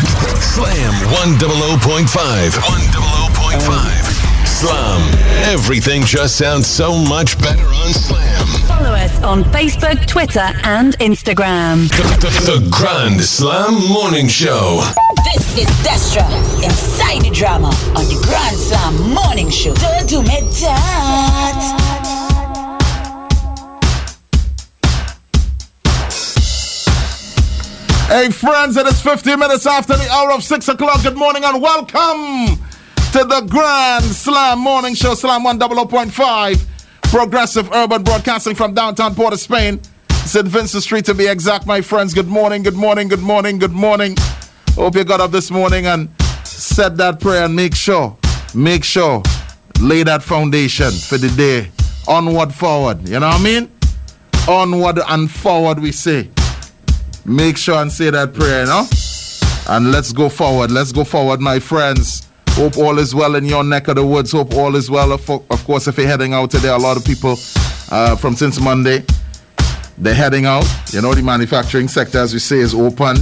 Slam 100.5. 100.5. Slam. Everything just sounds so much better on Slam. Follow us on Facebook, Twitter, and Instagram. The, the Grand Slam Morning Show. This is Destra, inside the drama on the Grand Slam Morning Show. Don't do me that. Hey, friends, it is 15 minutes after the hour of 6 o'clock. Good morning and welcome to the Grand Slam Morning Show, Slam 100.5, Progressive Urban Broadcasting from downtown Port of Spain, St. Vincent Street to be exact, my friends. Good morning, good morning, good morning, good morning. Hope you got up this morning and said that prayer and make sure, make sure, lay that foundation for the day. Onward, forward. You know what I mean? Onward and forward, we say make sure and say that prayer, you know? And let's go forward. Let's go forward, my friends. Hope all is well in your neck of the woods. Hope all is well. Of, of course, if you're heading out today, a lot of people uh, from since Monday, they're heading out. You know, the manufacturing sector, as we say, is open.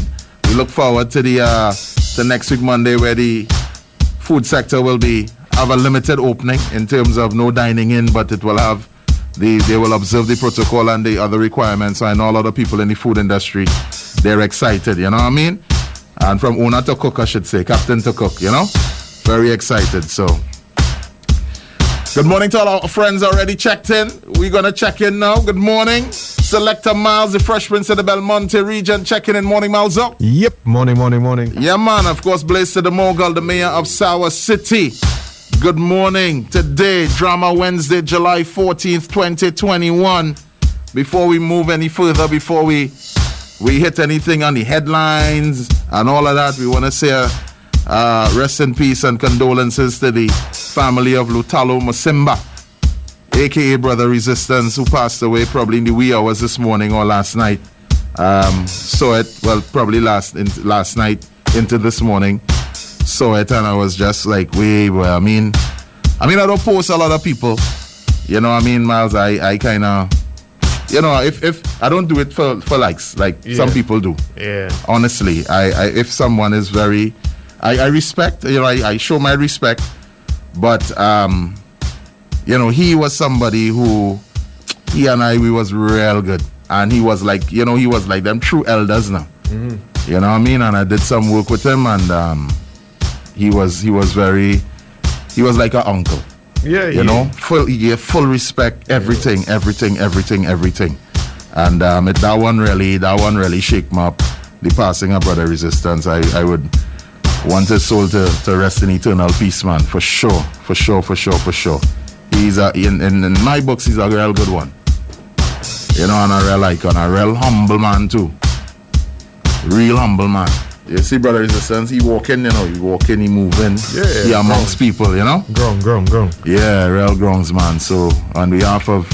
We look forward to the uh, to next week Monday, where the food sector will be have a limited opening in terms of no dining in, but it will have they, they will observe the protocol and the other requirements. So I know a lot of people in the food industry, they're excited, you know what I mean? And from owner to cook, I should say, captain to cook, you know? Very excited. So, good morning to all our friends already checked in. We're going to check in now. Good morning. Selector Miles, the freshman to the Belmonte region, checking in. Morning, Miles up. Yep, morning, morning, morning. Yeah, man. Of course, Blaze to the Mogul, the mayor of Sour City. Good morning. Today, Drama Wednesday, July 14th, 2021. Before we move any further, before we we hit anything on the headlines and all of that, we want to say a, uh, rest in peace and condolences to the family of Lutalo Masimba, aka Brother Resistance, who passed away probably in the wee hours this morning or last night. Um, saw it, well, probably last in, last night into this morning saw it and I was just like, wait, well, I mean, I mean, I don't post a lot of people. You know, I mean, Miles, I, I kind of, you know, if, if I don't do it for, for likes, like some people do. Yeah. Honestly, I, I if someone is very, I, I respect, you know, I, I show my respect, but, um, you know, he was somebody who, he and I, we was real good. And he was like, you know, he was like them true elders now. You know what I mean? And I did some work with him and, um, he was he was very he was like an uncle Yeah, you know full he gave full respect everything everything everything everything and um it, that one really that one really shake me up the passing of brother resistance i i would want his soul to, to rest in eternal peace man for sure for sure for sure for sure he's a in, in, in my books he's a real good one you know and a real icon a real humble man too real humble man. You see, brother resistance, he walking, you know, he walking, he moving. Yeah, He amongst people, you know? Grown, grown, grown. Yeah, real grounds, man. So on behalf of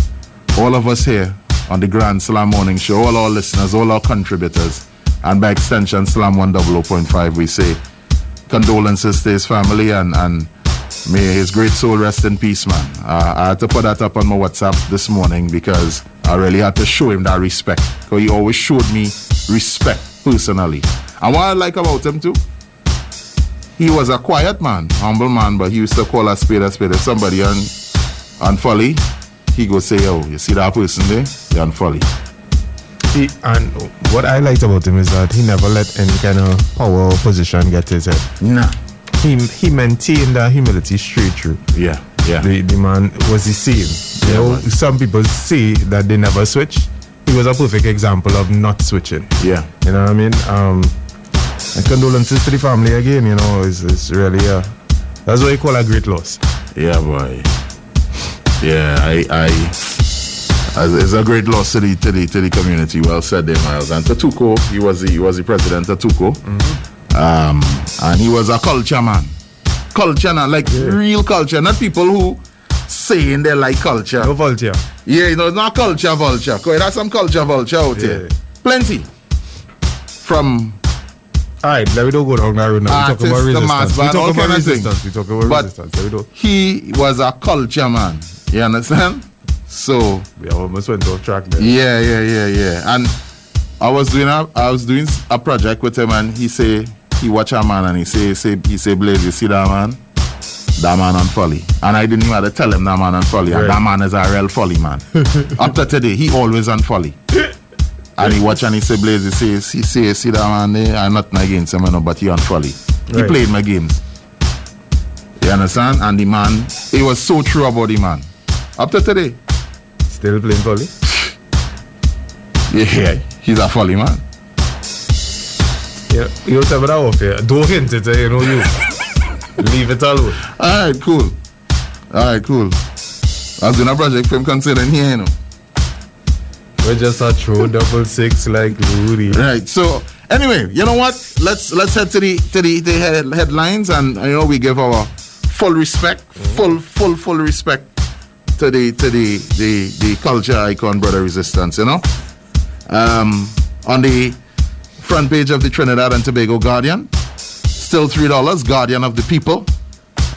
all of us here on the Grand Slam Morning Show, all our listeners, all our contributors, and by extension Slam 100.5, we say condolences to his family and, and may his great soul rest in peace, man. Uh, I had to put that up on my WhatsApp this morning because I really had to show him that respect. Because he always showed me respect personally. And what I like about him too, he was a quiet man, humble man, but he used to call a spade a spade. If somebody on on folly, he go say, "Yo, you see that person there? He on folly." He, and what I liked about him is that he never let any kind of power or position get his head. Nah. He he maintained that humility straight through. Yeah. Yeah. The, the man was the same. You Yeah, know, man. some people say that they never switch. He was a perfect example of not switching. yeah. You know what I mean? Um, and condolences to the family again. You know, it's, it's really uh, that's what you call a great loss. Yeah, boy. Yeah, I, I. as- It's a great loss to the, to the to the community. Well said, there, Miles. And Tatuko, he was the, he was the president of Tatuko, Mm-hmm. um, and he was a culture man, culture man, like real culture, not people who saying they like culture. No volunteer. Yeah, you know, it's not culture vulture. 'cause There's some culture vulture out here. Yeah. Plenty. From All right, let me don't go down that road now. We talk Artists, the about mass resistance. We band, all talk about kind of thing. resistance. We talk about But- resistance. Let me don't. he was a culture man. You understand? So We almost went off track there. yeah, yeah, yeah, yeah. And I was doing a I was doing a project with him and he say he watch a man and he say, say he say, Blaze, you see that man? That man on folly. And I didn't even have to tell him that man on folly. And Right. that man is a real folly man. Up to today, he always on folly. And he watch and he say, Blaze, he say, see, see, see that man eh, there? I'm nothing against him, you know, but he on folly. He Right. played my games. You understand? And the man, it was so true about the man. Up to today. Still playing volley? Yeah, he's a folly man. Yeah. You tell me that off here. Don't hint it, eh, you know you. Leave it alone. All right, cool. All right, cool. That's doing a project for him considering here, you know. We're just a true double six like Rudy. Right. So anyway, you know what? Let's let's head to the to the, the head, headlines, and you know we give our full respect, full full full respect to the to the the the culture icon, brother resistance. You know, um, on the front page of the Trinidad and Tobago Guardian, still three dollars. Guardian of the people.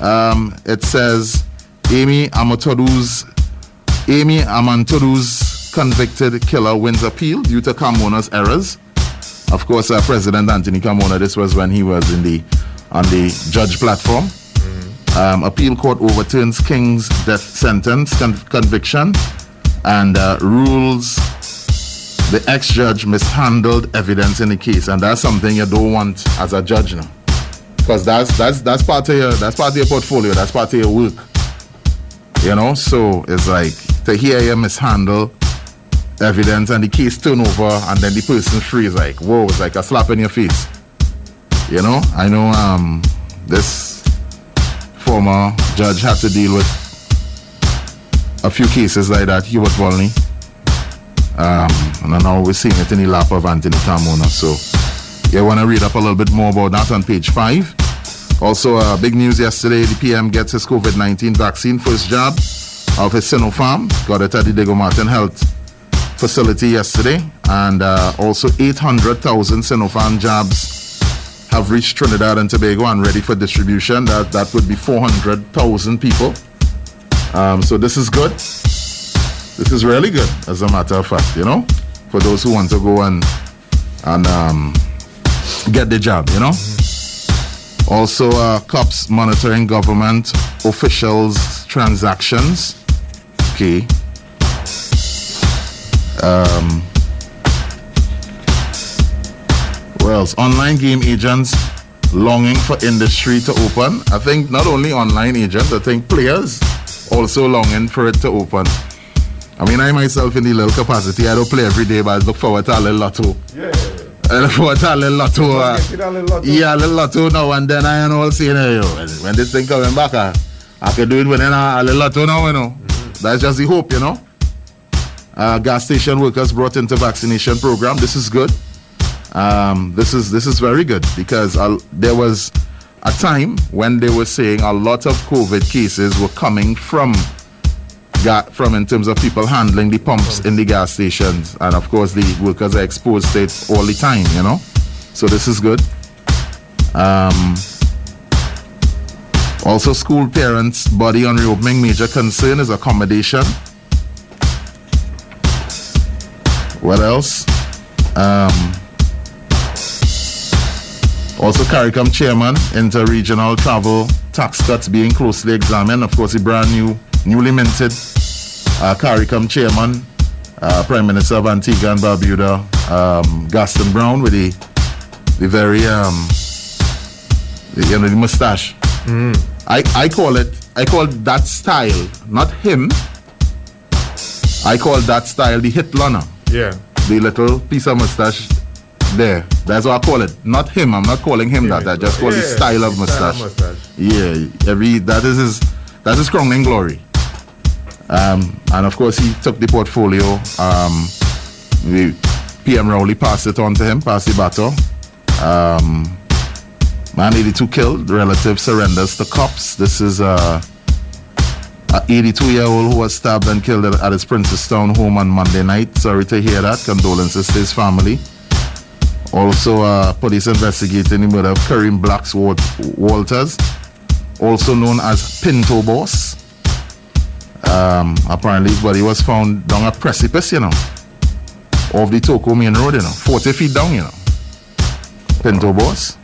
Um, it says Amy Amatodu's Amy Amantodu's convicted killer wins appeal due to Carmona's errors. Of course, uh, President Anthony Carmona, this was when he was in the on the judge platform. Um, appeal court overturns King's death sentence con- conviction and uh, rules the ex-judge mishandled evidence in the case, and that's something you don't want as a judge now, because that's that's that's part of your that's part of your portfolio, that's part of your work. You know, so it's like to hear you mishandle evidence and the case turn over and then the person frees like, whoa, it's like a slap in your face. You know, I know um this former judge had to deal with a few cases like that, Hubert Volney. Um, and now we're seeing it in the lap of Anthony Carmona. So you want to read up a little bit more about that on page five. Also, uh, big news yesterday the PM gets his COVID 19 vaccine first jab of his Sinopharm. Got it at the Diego Martin Health facility yesterday. And uh, also, 800,000 Sinopharm jabs have reached Trinidad and Tobago and ready for distribution. That, that would be 400,000 people. Um, so, this is good. This is really good, as a matter of fact, you know, for those who want to go and, and um, get the job, you know. Also, uh, cops monitoring government officials' transactions. Okay. Um, what else? Online game agents longing for industry to open. I think not only online agents, I think players also longing for it to open. I mean, I myself in the little capacity, I don't play every day, but I look forward to a little lotto. Yeah. I look forward to a little lotto. uh, yeah, a little lotto now and then I ain't all saying, hey, yo, when, when this thing coming back, I, I can do it within a, a little lotto now, you know. That's just the hope, you know. Uh, gas station workers brought into vaccination program. This is good. Um, this is this is very good because i there was a time when they were saying a lot of COVID cases were coming from ga- from in terms of people handling the pumps in the gas stations, and of course the workers are exposed to it all the time, you know. So this is good. Um, Also, school parents' body on reopening major concern is accommodation. What else? Um, also, CARICOM chairman, inter-regional travel tax cuts being closely examined. Of course, the brand new, newly minted uh, CARICOM chairman, uh, Prime Minister of Antigua and Barbuda, um, Gaston Brown, with the, the very, um, the, you know, the mustache. Mm. I, I call it I call that style, not him. I call that style the Hitlana. Yeah. The little piece of mustache there. That's what I call it. Not him. I'm not calling him that. I just call the Yeah, style of the style of mustache. mustache. Yeah, every that is his that's his crowning glory. Um, and of course he took the portfolio. Um, the PM Rowley passed it on to him, passed the battle. Man 82 killed, relative surrenders to cops. This is uh, a 82 year old Uh, who was stabbed and killed at his Princestown home on Monday night. Sorry to hear that. Condolences to his family. Also, uh, police investigating the murder of Kareem Blacks Wal- Walters, also known as Pinto Boss. Um, apparently, his body was found down a precipice, you know, off the Toko main road, you know, 40 feet down, you know. Pinto Boss.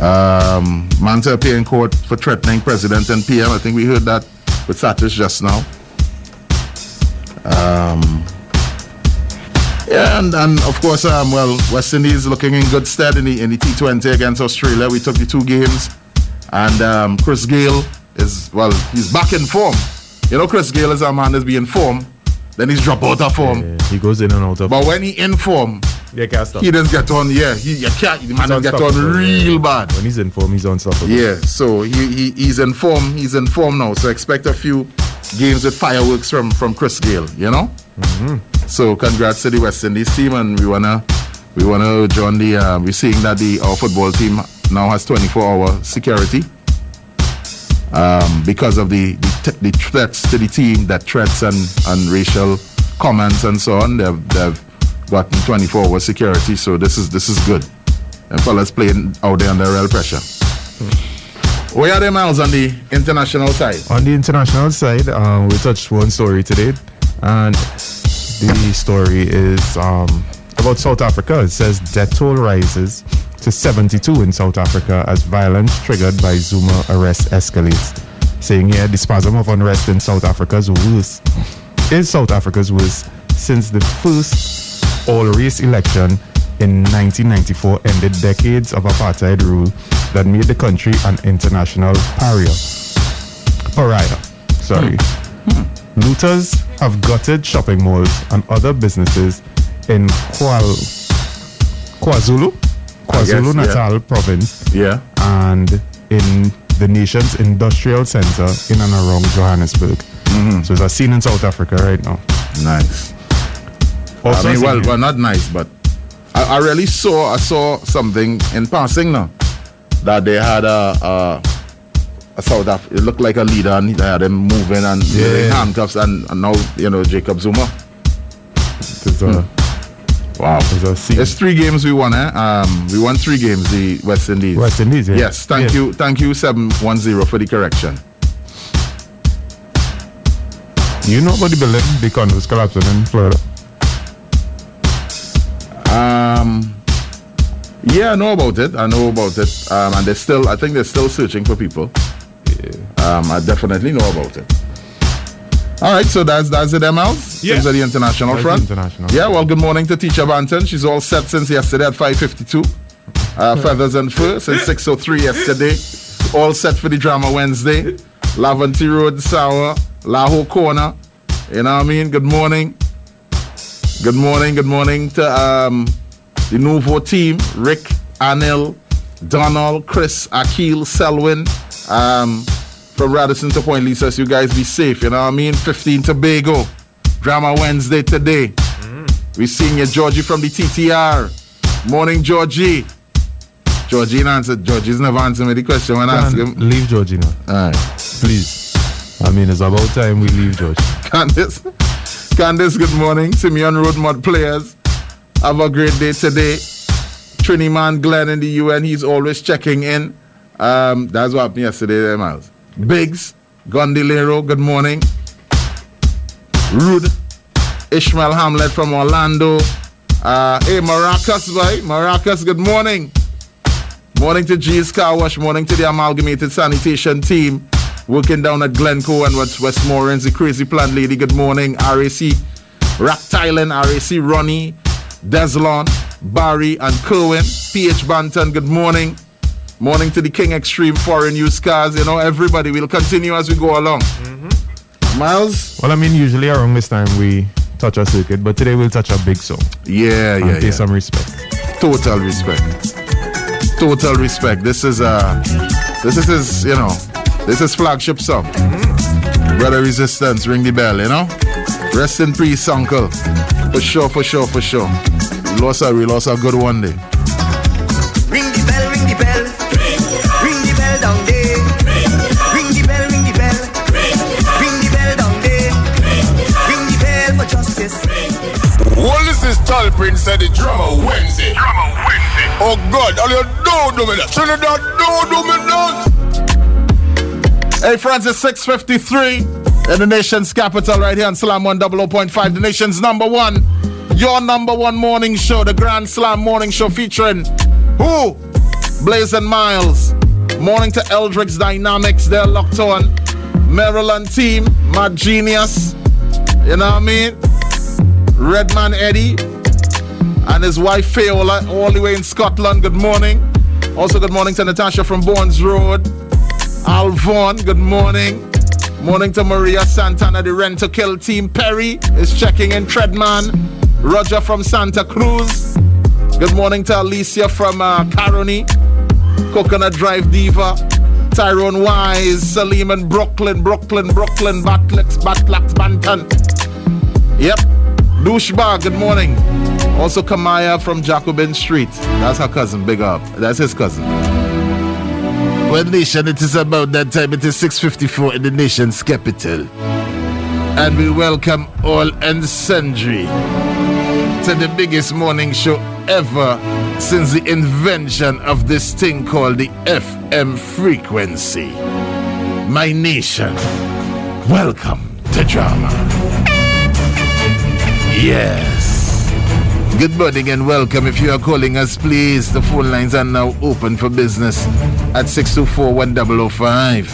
Um, man to appear in court for threatening president and PM. I think we heard that with Satish just now. Um, yeah, and, and of course, um, well, West Indies looking in good stead in the, in the T20 against Australia. We took the two games, and um, Chris Gale is well, he's back in form. You know, Chris Gale is a man that's being form, then he's dropped out of form. Yeah, he goes in and out of. But when he in form, yeah, can't stop. he does get on. Yeah, he you can't. The man He's does get on unstoppable, yeah. real bad. When he's in form, he's unstoppable. Yeah, so he, he he's in form. He's in form now. So expect a few games with fireworks from from Chris Gale. You know. So congrats to the West Indies team, and we wanna we wanna join the. Um, we're seeing that the our football team now has 24 hour security um, because of the the, t- the threats to the team, that threats and and racial comments and so on. They've they've gotten 24 hour security, so this is this is good. And fellas playing out there under real pressure. Where are the miles on the international side? On the international side, um, we touched one story today, and the story is um, about South Africa. It says death toll rises to 72 in South Africa as violence triggered by Zuma arrest escalates. Saying here, the spasm of unrest in South Africa's worst is South Africa's worst since the first all-race election in 1994 ended decades of apartheid rule that made the country an international pariah. Pariah. Sorry. Hmm. Looters have gutted shopping malls and other businesses in Kual- KwaZulu, guess, yeah. KwaZulu Natal province, Yeah. and in the nation's industrial center in and around Johannesburg. So it's a scene in South Africa right now. Mm-hmm. Nice. I Also mean, well, seen- well, not nice, but I, I really saw I saw something in passing now that they had a, a, a South Af. It looked like a leader, and they had him moving and Yeah. in handcuffs, and, and now you know Jacob Zuma. it's a, Wow. it's a scene. It's three games we won, eh? Um, we won three games, the West Indies. West Indies, yeah. Yes, thank Yeah. you, thank you, seven one zero for the correction. You know about the building, the condo's collapsing in Florida. Um, Yeah, I know about it. I know about it. Um, and they're still, I think they're still searching for people. Um, I definitely know about it. All right, so that's that's it, MLs. Yeah. Things at the international That's front. the international. Yeah, well, good morning to Teacher Banton. She's all set since yesterday at 5.52. Uh, feathers and Fur since 6.03 yesterday. All set for the drama Wednesday. Lavanty Road, Sour, Laho Corner. You know what I mean? Good morning. Good morning, good morning to um, the Nuvo team, Rick, Anil, Donald, Chris, Akil, Selwyn, um, from Radisson to Point Lisa. So you guys be safe, you know what I mean? 15 Tobago, Drama Wednesday today. we seeing you, Georgie from the TTR. Morning, Georgie. Georgie ain't answered. Georgie's never answering me the question when I ask Can't him. leave Georgina, All right. please. I mean, it's about time we leave George. Candice. Candice, good morning. Simeon Road Mod players. Have a great day today. Trini man Glenn in the UN, he's always checking in. Um, that's what happened yesterday there, Miles. Biggs, Gondilero, good morning. Rude, Ishmael Hamlet from Orlando. Uh, hey, Maracas, boy. Maracas, good morning. Morning to G's Car Wash. Morning to the Amalgamated Sanitation Team. Working down at Glencoe and West Westmoreland's the Crazy Plant Lady. Good morning. RAC Rack Thailand, RAC Ronnie, Deslon, Barry, and Kerwin. PH Banton, good morning. Morning to the King Extreme Foreign Use Cars. You know, everybody. We'll continue as we go along. Miles? Well, I mean, usually around this time we touch a circuit, but today we'll touch a big song Yeah, and yeah. pay yeah. some respect. total respect total respect this is uh this is his you know this is flagship song brother resistance ring the bell you know rest in peace uncle for sure for sure for sure lost a we lost a good one day Ring the bell, ring the bell. Ring the bell down there. Ring the bell, ring the bell. Ring the bell down there. Ring the bell for justice. Well, this is Tall Prince at the Drummer Wednesday. Drummer Wednesday. Oh God, all you do do me that. Turn it down, do do me that. Hey, friends, it's 6.53 in the nation's capital right here on Slam 100.5, the nation's number one, your number one morning show, the Grand Slam Morning Show featuring who? Blazing Miles. Morning to Eldrick's Dynamics. They're locked on. Maryland team. My genius. You know what I mean? Redman Eddie and his wife Fayola, all the way in Scotland. Good morning. Also, good morning to Natasha from Bourne's Road. Al Vaughn, good morning. Morning to Maria Santana, the Rent to Kill team. Perry is checking in. Treadman, Roger from Santa Cruz. Good morning to Alicia from uh, Caroni, Coconut Drive Diva, Tyrone Wise, Salim in Brooklyn, Brooklyn, Brooklyn, Batlex, Batlax, Banton. Yep. Douchebag, good morning. Also Kamaya from Jacobin Street. That's her cousin, big up. That's his cousin. Well, nation, it is about that time. It is 6.54 in the nation's capital. And we welcome all and sundry to the biggest morning show ever since the invention of this thing called the FM frequency. My nation, welcome to drama. Yes. Good morning and welcome. If you are calling us, please, the phone lines are now open for business at 624-1005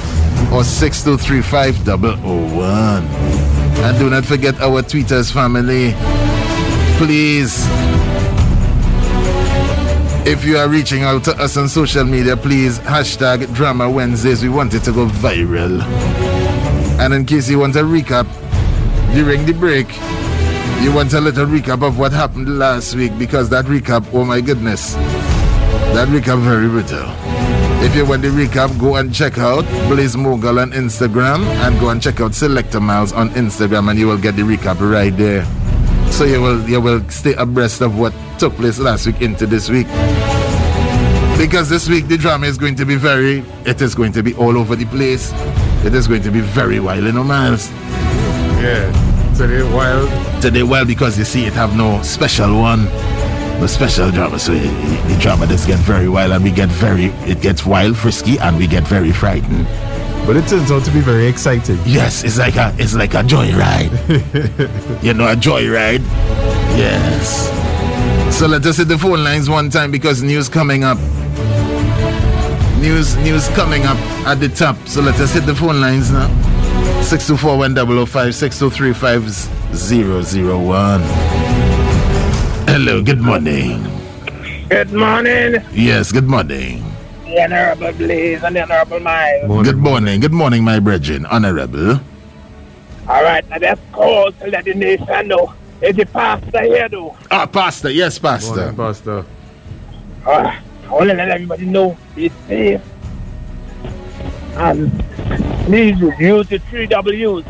or 623-5001. And do not forget our Twitter's family. Please. If you are reaching out to us on social media, please hashtag Drama Wednesdays. We want it to go viral. And in case you want a recap during the break, you want a little recap of what happened last week because that recap, oh my goodness, that recap very brutal. If you want the recap, go and check out Blaze Mogul on Instagram and go and check out Selector Miles on Instagram and you will get the recap right there. So you will you will stay abreast of what took place last week into this week. Because this week the drama is going to be very it is going to be all over the place. It is going to be very wild, you know, Miles. Yeah. Today, wild. today well because you see it have no special one no special drama so i- i- the drama does get very wild and we get very it gets wild frisky and we get very frightened But it turns out to be very exciting. yes it's like a it's like a joyride you know a joyride yes so let us hit the phone lines one time because news coming up news news coming up at the top so let us hit the phone lines now 624 1005 623 Hello, good morning. Good morning, Yes, good morning. the Honorable Blaze and the Honorable Miles. Good morning, good morning, my brethren, honorable. All right, now that's call to let the nation know. Is the pastor here, though? Ah, Pastor, yes, Pastor. Morning, Pastor. All right, I want to let everybody know be safe. And please use the three W's.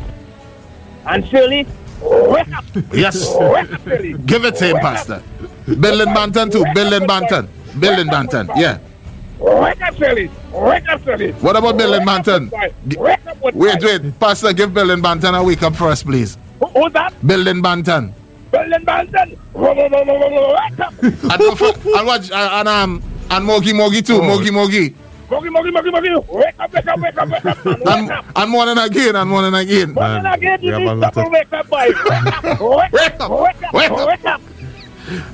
And Shirley, wake up, Yes, wake up, Shirley. give it to him, Pastor. Bill and Banton, too. Bill and Banton. Bill and Banton, yeah. Wake up, Shirley. Wake up, Shirley. What about Bill and Wake up Banton? with Christ. Wake up with Wait, Christ. wait, Pastor, give Bill and Banton a wake up for us, please. Who- Who's that? Bill and Banton. Bill and Banton. Wake up. And, don't for- and watch, and, um, and Mogi Mogi, Oh. too. Mogi Mogi. Mogi, mogi, mogi, mogi. Wake up, wake up, wake up, wake up. man. And, Wake up. and more than again, and more than again. What did I get we you have this a lot double of- wake up, boy? Wake up, wake up, wake up, wake up.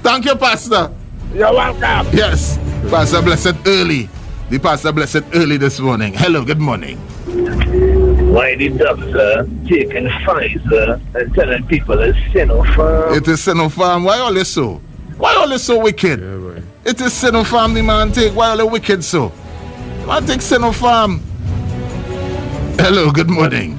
Thank you, Pastor. You're welcome. Yes, Pastor Blessed early. The Pastor Blessed early this morning. Hello, good morning. Why the doctor taking Pfizer and telling people it's Sinopharm? It is Sinopharm. Why all this so? Why all this so wicked? Yeah, boy. It is Sinopharm the man take. Why all the wicked so? Man take Sinopharm. Hello, good morning.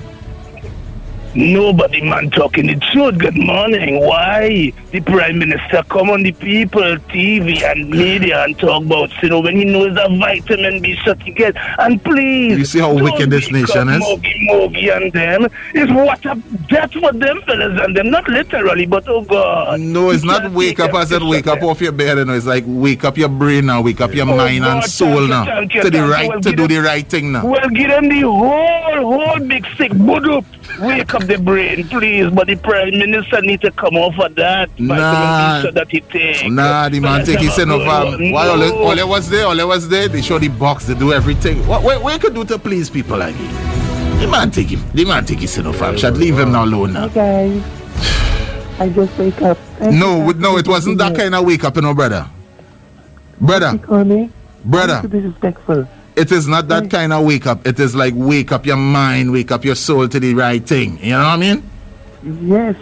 Nobody man talking the truth. Good morning. Why the prime minister come on the people TV and media and talk about Sino when he knows that vitamin B shot he get? And please, You see how don't wicked this wake nation up is? Mogi Mogi and them is what a death for them fellas and them. Not literally, but oh God. No, it's You not can't wake take up. I said every wake shot up off your bed. You know, it's like wake up your brain now, wake up your mind Oh, God, and thank soul you, now thank you, to the thank you. right Well, to give do us- the right thing now. Well, give them the whole, whole big sick budup. Wake up the brain, please. But the prime minister need to come off of that. vitamin Nah. B shot that he take. Nah, the man That's take his not sin of good um, one. Why all it, No. all it was there, all it was there, they show the box, they do everything. What what, what you could do to please people like you? The man take him, the man take his sin of um, Should leave him now alone now. guys. I just wake up. No, with- no, it wasn't that kind of wake up, you know, brother. Brother, Call me. Brother. Disrespectful. It is not that kind of wake up. It is like wake up your mind, wake up your soul to the right thing. You know what I mean? Yes,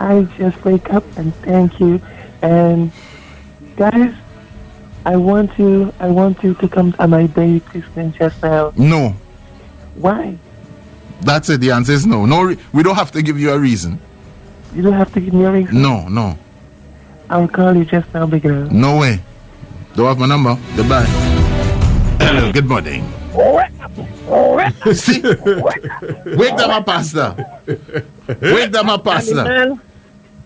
I just wake up and thank you. And guys, I want you. I want you to come to my day Christian just now. No. Why? That's it. The answer is no. No, re- we don't have to give you a reason. You don't have to give me a ring. No, no, I'll call you just now, big girl. no way. Don't have my number. Goodbye. Hello. Good morning. See? Wake them up, Pastor. Wake them The up, Pastor. man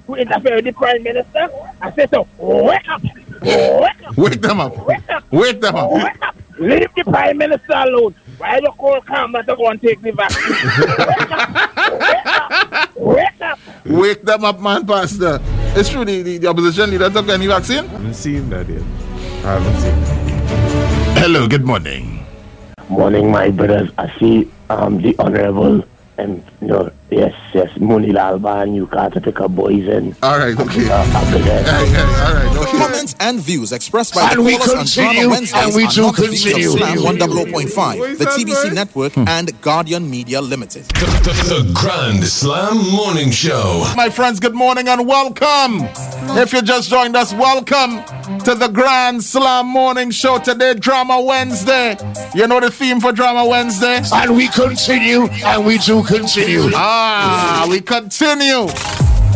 who interfered with the prime minister, I said so. Wake up! Wake up! Wake them up. Wake up! Wake them up. Wake up! Leave the prime minister alone. Why the call come that go and take the vaccine? Wake up! Wake them up, man, Pastor. It's true, the, the, the opposition leader took any vaccine. I haven't seen that yet. I haven't seen. Hello, good morning. Morning, my brothers. I see um, the Honorable and no, yes, yes, Munil Alba and you can't pick up boys and All right, okay. uh, after that. All right, all right, okay. Comments and views expressed by And the we callers on continue, Drama Wednesdays and we are do not the views of continue. Slam 100.5, the Voice and TBC voice. Network, and Guardian Media Limited. The, the Grand Slam Morning Show. My friends, good morning and welcome. If you just joined us, welcome to the Grand Slam Morning Show today, Drama Wednesday. You know the theme for Drama Wednesday? And we continue, and we do continue. Ah, we continue.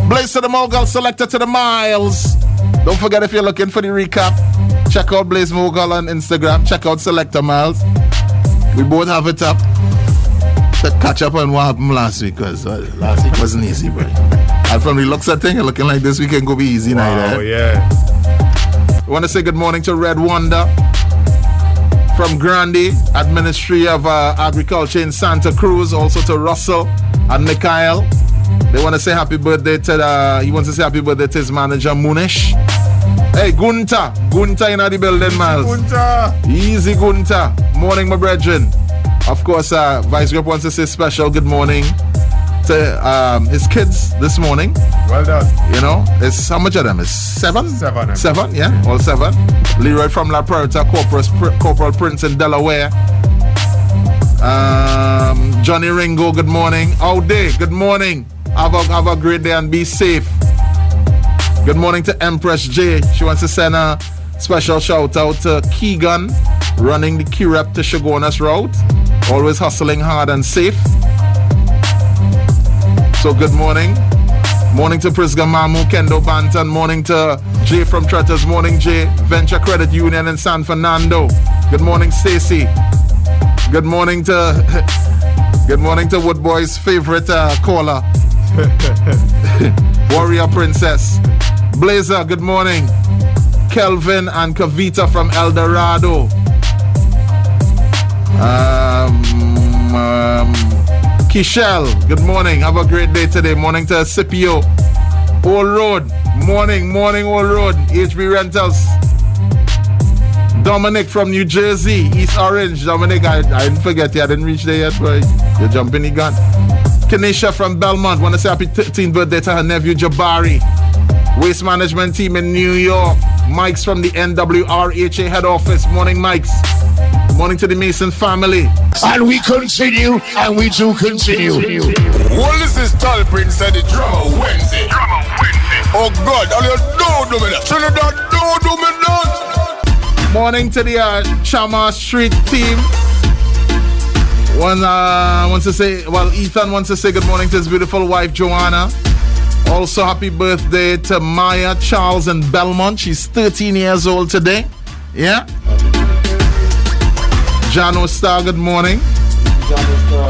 Blaze to the Mogul, selected to the Miles. Don't forget if you're looking for the recap, check out Blaze Mogul on Instagram. Check out Selector Miles. We both have it up to catch up on what happened last week because last week wasn't easy, bro. And from the looks of things, looking like this week can go be easy now. Oh, yeah. I want to say good morning to Red Wonder from Grandi at Ministry of uh, Agriculture in Santa Cruz. Also to Russell and Mikhail. They want to say happy birthday to uh, he wants to say happy birthday to his manager Munish. Hey Gunta, Gunta in the building, Miles. Easy Gunta. Morning, my brethren. Of course, uh, Vice Grip wants to say special good morning to um, his kids this morning. Well done. You know, it's how much of them? It's seven? Seven, I believe. Seven, yeah, all seven. Leroy from La Puerta, Corporal, Pr- Corporal Prince in Delaware. Um, Johnny Ringo, good morning. All day, good morning. Have a, have a great day and be safe. Good morning to Empress J. She wants to send a special shout out to Keegan, running the Key Rep to Shogunas Road. Always hustling hard and safe. So, good morning. Morning to Prisga Mamu, Kendo Banton. Morning to Jay from Trotters. Morning, Jay. Venture Credit Union in San Fernando. Good morning, Stacy. Good morning to. Good morning to Woodboy's favorite uh, caller, Warrior Princess. Blazer, good morning. Kelvin and Kavita from El Dorado. Um, um, Kishel, good morning. Have a great day today. Morning to Scipio. Old Road. Morning, morning, Old Road. HB Rentals. Dominic from New Jersey, East Orange. Dominic, I, I didn't forget you. I didn't reach there yet, but you're jumping the gun. Kenisha from Belmont. Want to say happy 13th birthday to her nephew Jabari. Waste Management Team in New York. Mike's from the NWRHA head office. Morning, Mike's. Morning to the Mason family. And we continue, and we do continue. What is this tall prince and the drummer Wednesday? Drummer Wednesday. Oh God, all you do do me that. Trinidad, do do me that. Morning to the uh, Chama Street team. One uh, wants to say, well, Ethan wants to say good morning to his beautiful wife Joanna. Also, happy birthday to Maya Charles in Belmont. She's 13 years old today. Yeah. Jano Star, good morning.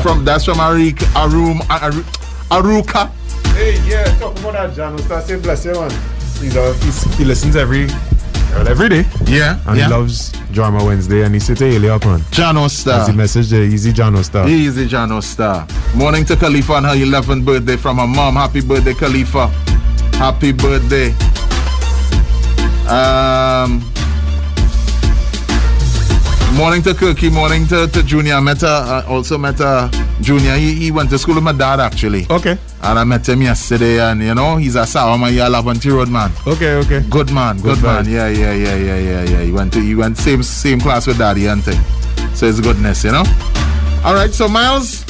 From that's from Arik, Arum, Aru- Aruka. Hey, yeah, talk about that, John. Start saying bless you, man. He's, uh, he's, he listens every well, every day. Yeah, And yeah. he loves Drama Wednesday and he said, hey, lay up, man. Jano That's Star. the message there. Easy John stuff. Easy, Jano Star. Morning to Khalifa on her 11th birthday from her mom. Happy birthday, Khalifa. Happy birthday. Um, Morning to Kirky, morning to, to Junior. I met uh, also met uh, Junior. He, he went to school with my dad actually. Okay. And I met him yesterday, and you know he's a oh Sawama Lavanti Road man. Okay, okay. Good man, good, Good man. vibe. Yeah, yeah, yeah, yeah, yeah, yeah. He went to he went same same class with daddy and thing. So it's goodness, you know. All right, so Miles.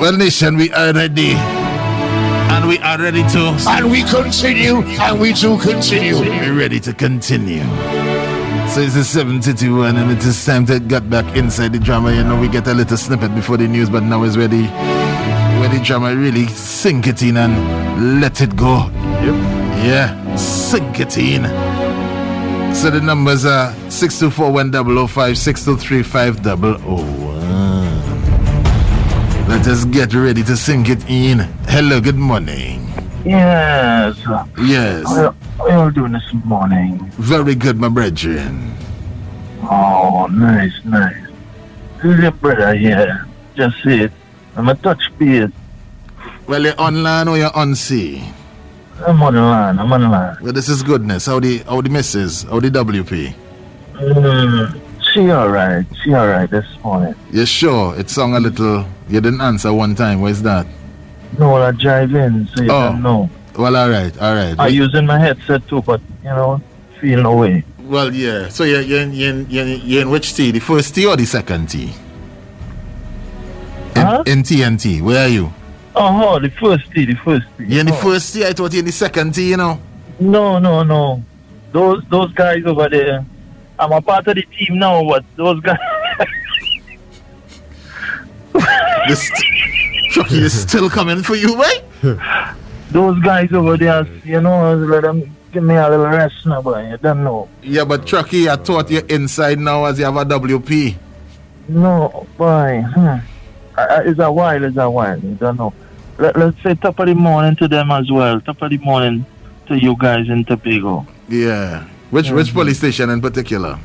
Well, nation, we are ready, and we are ready to, and we continue, and we do continue. We're ready to continue. So it's a 72 and it is time to get back inside the drama. You know, we get a little snippet before the news, but now is where the, where the drama really sink it in and let it go. Yep. Yeah, sink it in. So the numbers are 624 oh Let us get ready to sink it in. Hello, good morning. Yes. Yes. How are you all doing this morning? Very good, my brethren. Oh, nice, nice. This is your brother here. Just see it. I'm a touch beard. Well, you're online or you're on sea? I'm on the line. I'm on the line. Well, this is goodness. How the how the misses? How the WP? Mm, she all right. She all right this morning. You sure? It sung a little. You didn't answer one time. Where's that? No, I drive in, so you Oh. don't know. Well, all right, all right. I'm using my headset too, but you know, feel no way. Well, yeah. So you you you you you in which T? The first T or the second T? In, in TNT. Where are you? Oh, the first tee, the first tee. You in the Oh. first T? I thought you in the second T. You know. No, no, no. Those those guys over there. I'm a part of the team now, but those guys. This Chucky is still coming for you, right? those guys over there, you know, let them give me a little rest now, but you don't know. Yeah, but Chucky, I thought you're inside now as you have a WP. No, boy. Hmm. I- I- It's a while, it's a while. You don't know. Let, let's say top of the morning to them as well. Top of the morning to you guys in Tobago. Mm-hmm. Yeah. Which which police station in particular?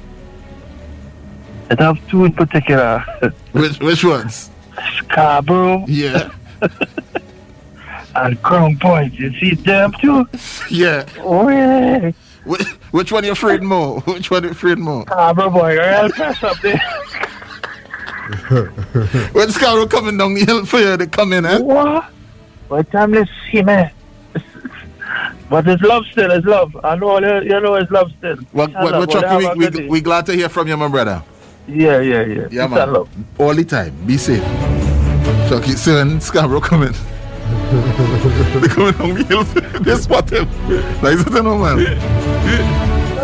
I have two in particular. Which which ones? Scarborough. Yeah. and Crown Point. You see them too? Yeah. Oh, yeah. Which, which one you afraid more? Which one you afraid more? Scarborough, boy. Or else press up there. When Scarborough coming down the hill for you, they come in, eh? What? By the time they see me. But it's love still, it's love. I know, you you know, it's love still. What, Shall what, what, love, whatever Chucky, we, I we, got we glad to hear from you, my brother. Yeah, yeah, yeah. Yeah, It's a man. love. All the time. Be safe. Chucky, soon Scarborough coming. they coming down the hill. they spot him. Like, is it a normal?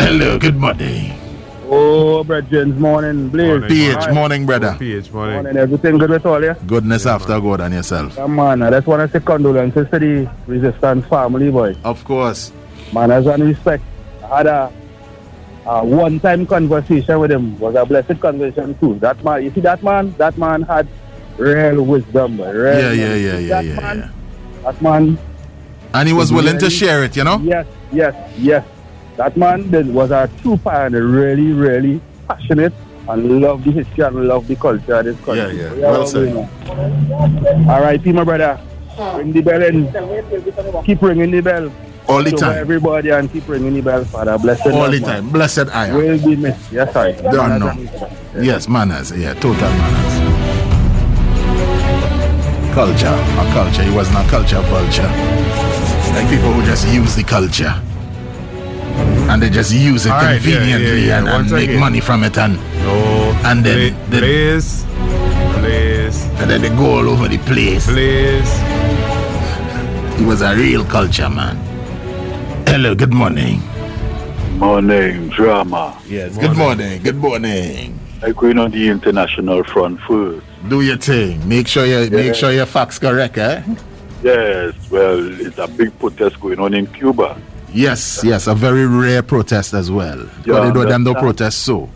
Hello, good morning. Oh, brethren, morning, Blaze. PH, morning, brother. PH, morning. Everything good with all, yeah? Goodness after God and yourself. Yeah, man, I just want to say condolences to the resistance family, boy. Of course. Manners and respect. I had a, a one-time conversation with him. was a blessed conversation, too. That man, you see that man? That man had real wisdom, boy, real Yeah, yeah, yeah, yeah, that yeah, man, That man... And he was willing to really- share it, you know? Yes, yes, yes. That man then was a true pioneer, really, really passionate and loved the history and loved the culture of this country. Yeah, yeah. Well said. R.I.P. my brother. Ring the bell and keep ringing the bell. All the to time. everybody and keep ringing the bell, Father. Blessed All the man. time. Blessed I am. Will be missed. Yes, I. Don't know. Yes, manners. Yeah, total manners. Culture, a culture. It wasn't a culture vulture. It's like people who just use the culture. And they just use it All right, yeah, yeah, conveniently yeah. and, and Once make again. money from it and No. and then Pla- the- place, place, and then they go all over the place. place. It was a real culture, man. Hello, good morning. Morning, drama. Yes, good morning, good morning. I'm going on the international front first. Do your thing. Make sure you Yeah. make sure your facts correct, eh? Yes, well, it's a big protest going on in Cuba. Yes, yes, a very rare protest as well. Yeah, but they don't them no understand. protest so.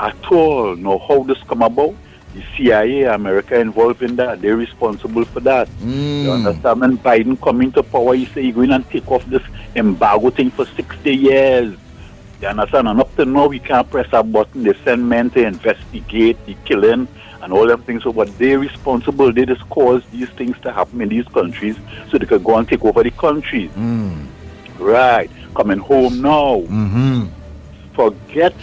At all, know how this come about? The CIA, America involved in that. They're responsible for that. You understand? When Biden coming to power, he say he going and take off this embargo thing for 60 years. You understand? And up to now, we can't press a button. They send men to investigate the killing and all them things. So, but they're responsible. They just cause these things to happen in these countries so they can go and take over the countries. Mm. Right. Coming home now. Mm-hmm. Forget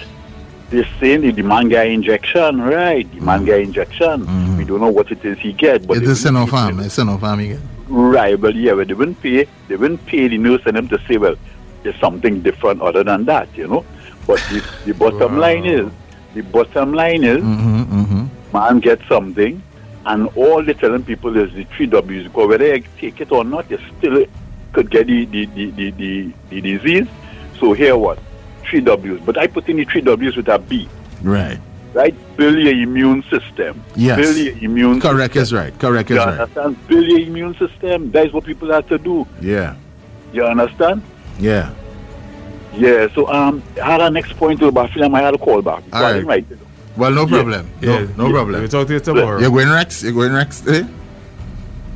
They're saying the demand guy injection, right? Demand guy injection. We don't know what it is he get, but It they is sin of harm. It's sin of harm again. Right, but yeah, but they wouldn't pay. They wouldn't pay the nurse and them to say, well, there's something different other than that, you know. But the, the bottom line is, the bottom line is, man get something, and all they're telling people is the three W's. Because whether you take it or not, you still could get the the, the, the, the, the disease. So here what? Three W's. But I put in the three W's with a B, Right. right? Build your immune system. Yes. Build your immune Correct is right. Correct is you right. understand? Build your immune system. That is what people have to do. Yeah. You understand? Yeah. Yeah. So um, I had our next point to about film. I had a call back. So I didn't write it. Well, no problem. No, Yeah. no Yeah. problem. We'll talk to you tomorrow. You're going Rex? You're going Rex? Eh?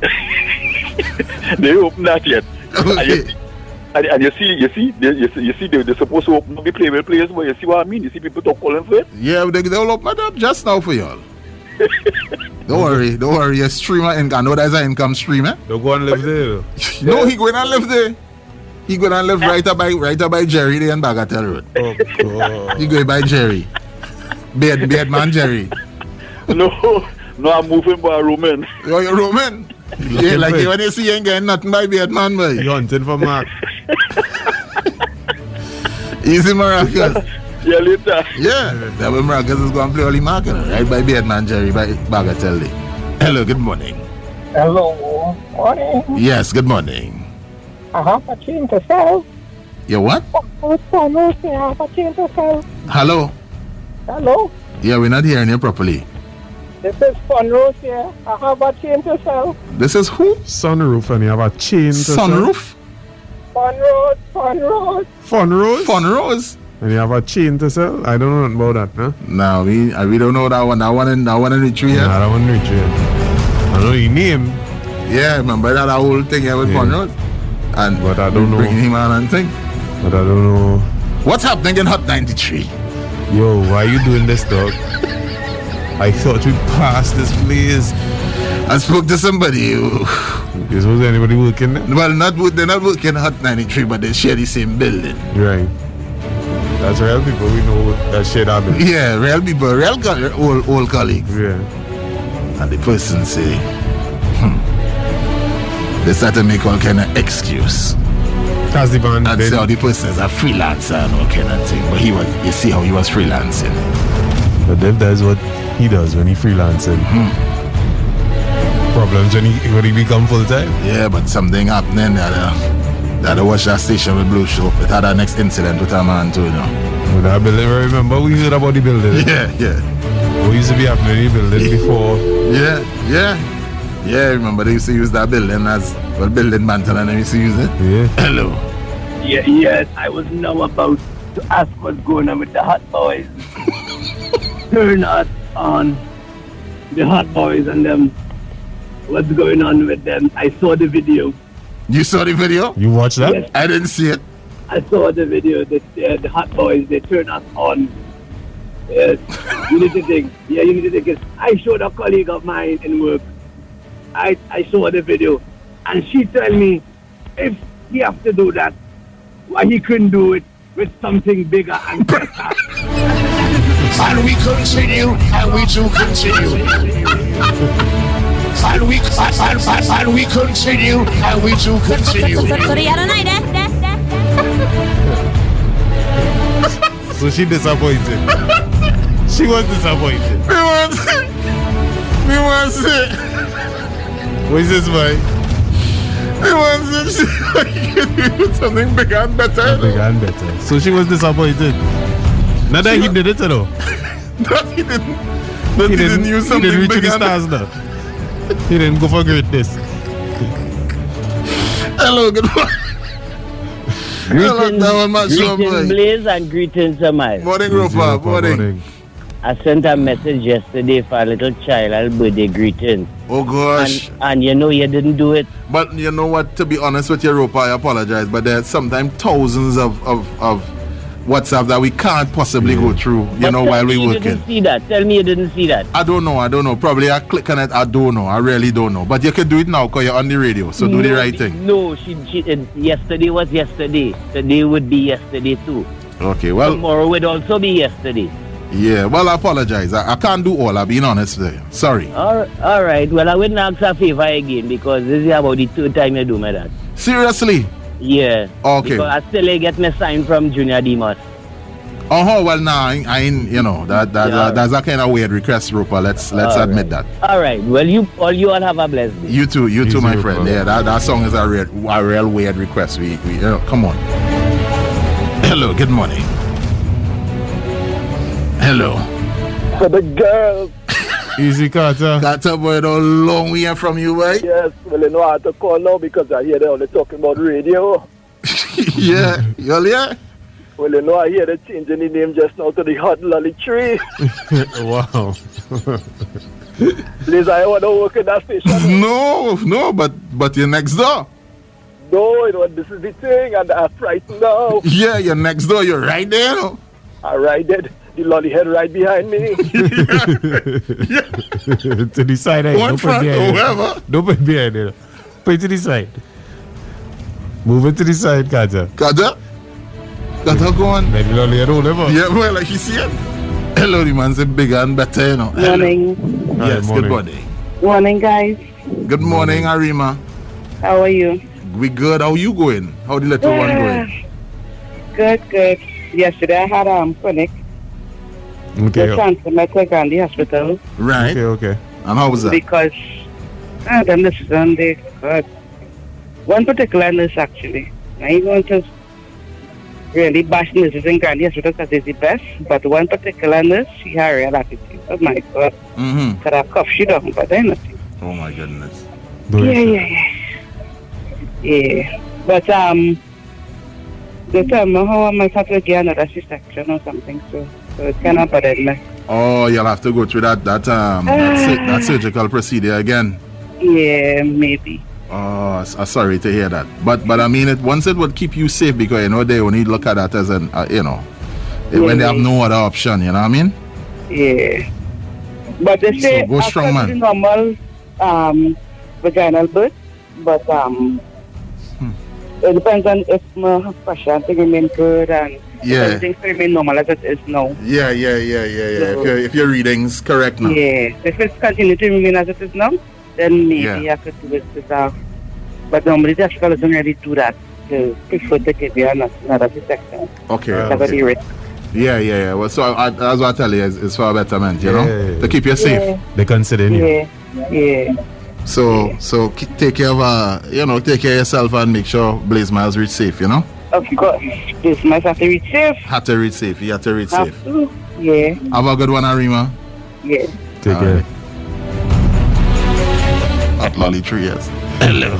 they open that yet. And you see- And, and you see, you see, they, you see, you see they, they're supposed to open up the playable players, but you see what I mean? You see people talk calling for it. Yeah, they, they'll open it up just now for y'all. don't worry. Don't worry. Your streamer, in- I know that's an income streamer. Don't go and live there. No, he going to live there. He going to live right up by right up by Jerry there and Bagatelle Road. Oh, God. He going by Jerry. Beard, beard man Jerry. No, no, I'm moving by Roman. Oh, you're Roman? Yeah, like when you see you ain't getting nothing by beard man, boy. You're hunting for Mark. Easy Maracas. yeah, later. Yeah, that way Maracas is going to play only Mark, you know, right by beard man Jerry, by Bagatelle. there. Hello, good morning. Hello, morning. Yes, good morning. I have a tune to sell. You what? What's on earth? I have a tune to sell. Hello? Hello, Yeah, we're not hearing you properly. this is Funrose here. I have a tune to sell. This is who? Sunroof, and you have a chain. To Sunroof? Funrose, Funrose. Fun Rose? Fun Rose? And you have a chain to sell? I don't know about that, huh? No, we uh, we don't know that one. That one in that one in Richie. Yeah, that one in Richie. I know his name. Yeah, remember that whole thing here with Yeah. Fun Rose? And but I don't know. bringing him on and thing. But I don't know. What's happening in Hot 93? Yo, why you doing this, dog? I thought we passed this place. I spoke to somebody. Is was anybody working there? Well, not wo- they're not working Hot 93, but they share the same building. Right. That's real people. We know that shit happened. Yeah, real people, real co- old, old colleagues. Yeah. And the person say, hmm. They start to make all kind of excuse. That's the band. And say, oh, the person is a freelancer and all kind of thing. But he was, you see how he was freelancing. But if that's what he does when he freelancing, Hmm. problems when he when he become full time. Yeah, but something happening that uh, that the watch that station with Blue Show. It had our next incident with a man too, you know. When I building, I remember we heard about the building. Yeah, yeah. What used to be happening in the building before. Yeah, yeah. Yeah, remember they used to use that building as well building mantle and they used to use it. Yeah. Hello. Yeah, yes, I was now about to ask what's going on with the hot boys. Turn us on the hot boys and them. What's going on with them? I saw the video. You saw the video? You watched that? Yes. I didn't see it. I saw the video. The, uh, the hot boys they turn us on. Yes, you need to think. Yeah, you need to think. Yes, I showed a colleague of mine in work. I I saw the video, and she told me if he have to do that, why he couldn't do it with something bigger and better. And we continue, and we do continue. And we, and, and, and, and we continue, and we do continue. So she disappointed. she was disappointed. We was We was What is this boy? We was something bigger and better. you know. Bigger and better. So she was disappointed. Not that he did it at all. That he didn't that he, didn't, use he something didn't reach bigger the and stars now. He didn't go for greatness. Hello, good morning. Hello, Greetings, that one my show, greetings boy. Blaze, and greetings, Amal. Morning, Roper. Morning. I sent a message yesterday for a little child and birthday greeting. Oh, gosh. And, and you know you didn't do it. But you know what? To be honest with you, Roper, I apologize. But there's sometimes thousands of, of, of WhatsApp that we can't possibly go through, you But know, tell while me we're you working. didn't see that. Tell me you didn't see that. I don't know. I don't know. Probably I click on it. I don't know. I really don't know. But you can do it now because you're on the radio. So do the No, right thing. No, she, she it, yesterday was yesterday. Today would be yesterday too. Okay, well, Tomorrow would also be yesterday. Yeah, well, I apologize. I, I can't do all. I'm being honest with you. Sorry. All, all right. Well, I wouldn't ask a favor again because this is about the third time you do me that. Seriously? Yeah. Okay. Because I still ain't get my sign from Junior Dimas. Oh, huh well, nah, I, ain't- I ain't, you know, that, that, that that's a kind of weird request, Rupa. Let's let's All admit that. All right. Well, you all you all have a blessed day. You too, you too, my friend. Yeah, that, that song is a real, a real weird request. We, we you know, come on. Hello, good morning. Hello. For the girls. Easy, Carter. Carter, boy, don't long we hear from you, right? Yes, well, you know how to call now because I hear they only talking about radio. yeah, you all hear? Well, you know, I hear they changing the name just now to the Hot Lolly Tree. Mm. Oh. wow. Please, I want to work in that station. no, no, but but you're next door. No, you know, this is the thing, and I'm frightened now. Yeah, you're next door. You're right there. no? I right there. The lolly head right behind me. to the side. eh? One Don't put front behind or it. whatever. Don't put behind it. Put it to the side. Move it to the side, Kaja. Kaja? Kaja, go on. Maybe only at all, ever. Yeah, well, like you see it. Hello, the man's a bigger and better, you know. Morning. Hello. Yes, good morning. Morning, guys. Good morning, Arima. How are you? We good. How you going? How the little one Yeah. going? Ah. Good, good. Yesterday I had um clinic. The transformator Gandhi Hospital Right. Okay, okay. And how was that? because ah, the nurses on there, God. One particular nurse actually. I ain't going to really bash nurses in Gandhi Hospital because they're the best, but one particular nurse, she had a real attitude. Oh my God. Mm-hmm. Could have coughed she down, but then nothing. Oh my goodness. Yeah, yeah, yeah. Yeah. But um they tell me how I might have to get another C-section or something, so so it's kinda bothered me. Oh, you'll have to go through that that um that, sur- that surgical procedure again. Yeah, maybe. Oh, s- uh, sorry to hear that. But but I mean it. Once it would keep you safe because you know they only look at that as an uh, you know eh, when they have no other option. You know what I mean? Yeah. But they say So go strong, after man. the normal um vaginal birth, but um Hmm. it depends on if my pressure and thing remain good and if Yeah. everything still remain normal as it is now. Yeah, yeah, yeah, yeah, yeah. So- If your if your readings correct now. Yeah, if it's continue to remain as it is now, then maybe I could do it without. But normally the hospital doesn't really do that. They prefer to give you another, another section. Okay. Cover the okay. risk. Yeah, yeah, yeah. Well, so I, I, that's what I tell you is, is for a betterment. You know, to keep you safe. Yeah. They consider you. Yeah, yeah. So so k- take care of uh, you know take care of yourself and make sure Blaze Miles reach safe. You know, Of course, this must have to reach safe. had to reach safe. You had to reach safe. Have to. Yeah, Have a good one, Arima. yeah. Take care. At Lolly Tree, yes. Hello.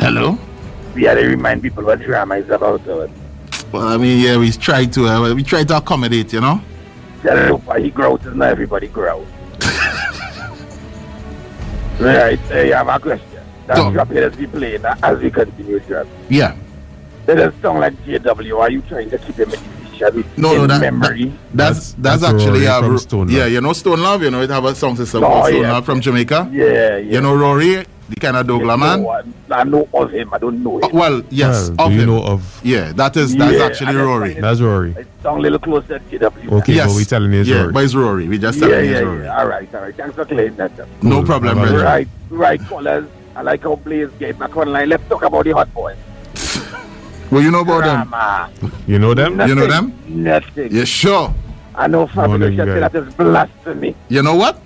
Hello. Yeah, they remind people what drama is about. Uh, Well, I mean, yeah, we try to uh, we try to accommodate. You know. tell them why he grows and not everybody grows. right, hey, I have a question. That drop here that we playing uh, as we continue drop. Yeah. That doesn't sound like JW. Are you trying to keep him in division? No, in no, that, memory. that- that's that's, that's actually Rory uh, from Ro- Stone yeah, you know Stone Love, you know it have a song system Oh, called Stone yeah. Love from Jamaica. Yeah, yeah. You know Rory, the kind of Douglas man. Uh, No, I, I know of him. I don't know him. Well, yes, Well, of Oh, do you him. know of? Yeah, that is that's Yeah, actually I just Rory. find it- That's Rory. Sound a little closer to JW. Okay, yes. but we telling you it's yeah, Rory. but it's Rory. We just yeah, telling you yeah, it's Rory. yeah. All right, all right. Thanks for clearing that up. No problem, brother. Right, right, callers. I like how players get back online. Let's talk about the hot boys. Well, you know about them. Drama. You know them? You know Nothing. them? Nothing. Yeah, sure. I know Fabulous Morning, Chester guy. that is blasphemy. You know what?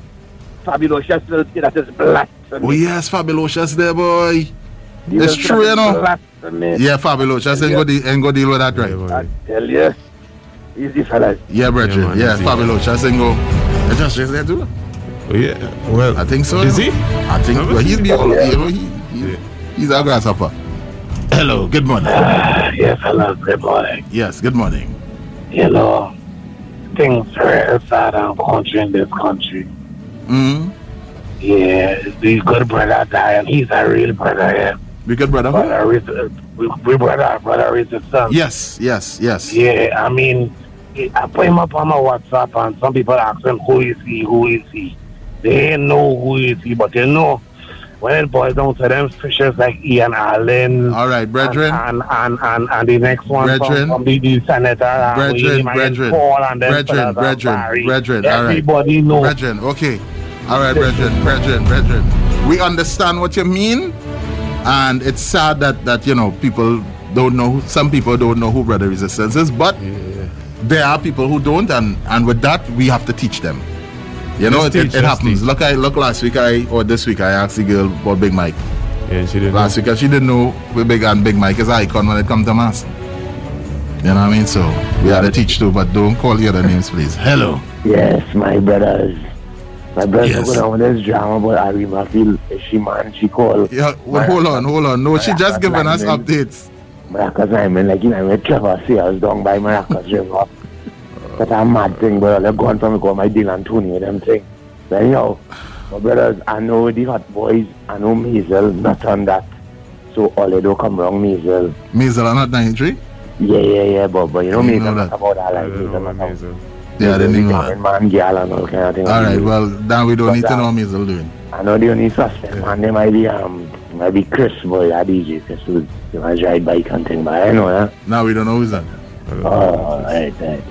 Fabulous Chester that is blasphemy. Oh yes, Fabulous there, boy. You it's know, true, you know. Blasphemy. Yeah, Fabulous. Just ain't go de- ain't go deal with that, right? Tell you. Easy fellas. Yeah, brethren. man, Yeah, easy. Fabulous. Just ain't go. I just just there too. Oh, yeah. Well, I think so. Is you know. I think well, he's be all you know, he, he- he's a grasshopper. Hello, good morning. yes, hello, good morning. Yes, good morning. You know, things are sad and country in this country. Mm-hmm. Yeah, the good brother died. He's a real brother, yeah. We good brother? Brother Richard, we, we brother, brother Richardson. Yes, yes, yes. Yeah, I mean, I put him up on my WhatsApp and some people ask him, who is he, who is he? They ain't know who is he, but they know when it boils down to them fishes like Ian Allen. All right, brethren. And and, and, and the next one Brethren. from, from the, the senator. uh, Brethren, William and brethren, Paul and them brethren, fellas, uh, brethren, Barry. brethren. All right. Everybody know. Brethren, okay. All right, brethren, brethren, brethren. We understand what you mean, and it's sad that that you know people don't know. Some people don't know who Brother Resistance is, but there are people who don't, and and with that we have to teach them. You know, Let's it, it- teach, it let's happens. Look, I look last week I or this week I asked the girl about Big Mike. Yeah, she didn't. Last week and she didn't know where Big and Big Mike is an icon when it comes to mass. You know what I mean? So we had to teach too, but don't call the other names, please. Hello. Yes, my brothers. My brothers Yes. are going on with this drama about Ari Murphy. She man, she called. Yeah, well, hold on, hold on. No, she just given us updates. Maracas, I mean, like, you know, with Trevor Sears down by Maracas River. But a mad thing, brother. They're gone from go my deal and Tony and them thing. But, you know, my brothers, I know the hot boys, I know Maisel, not on that. So, all they do come wrong, Maisel. Maisel are not 93? Yeah, yeah, yeah, but, but you know, You Maisel, know not that. about that, like, Maisel, not about. Yeah, I didn't even know. Common man, girl, and all kind of thing. All right, well, now we don't need to know Maisel doing. uh, I know the only suspect, man. They might be, um, might be Chris, boy, that DJ, Chris, who, you know, ride bike and thing, but I know, huh? Now we don't know who's that. Oh, right, right.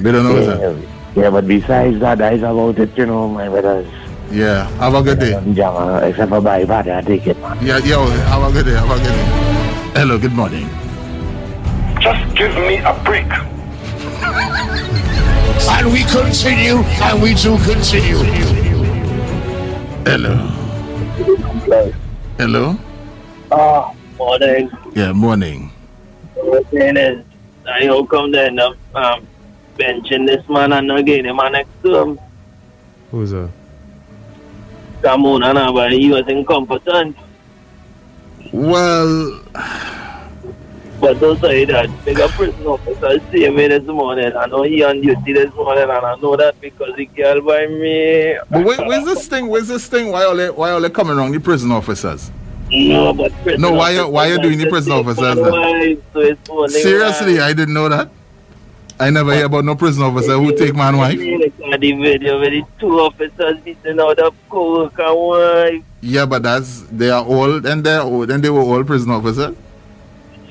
They don't know who's yeah, that. Yeah, but besides that, that is about it, you know, my brothers. Yeah, have a good day. Yeah, man, except for by bad, I take it, man. Yeah, yo, have a good day, have a good day. Hello, good morning. Just give me a break. and we continue, and we do continue. Hello. Hello. Ah, morning. Yeah, morning. What saying is, I how come they end up um, benching this man and not getting him an next to him? Who's a Come on, and uh, but he was incompetent. Well, But don't say that. Big up prison officer see me this morning. I know he on duty this morning, and I know that because he killed by me. But where, where's this thing? Where's this thing? Why are they, why are they coming wrong? The prison officers. No, but prison no. Why you why you officers doing the just oh, prison say officers? fun then? wise, so it's only Seriously, right. I didn't know that. I never hear about no prison officer who take man wife. The video with the two officers beating out of coke and wife. Yeah, but that's they are old and they're old and they were all prison officers.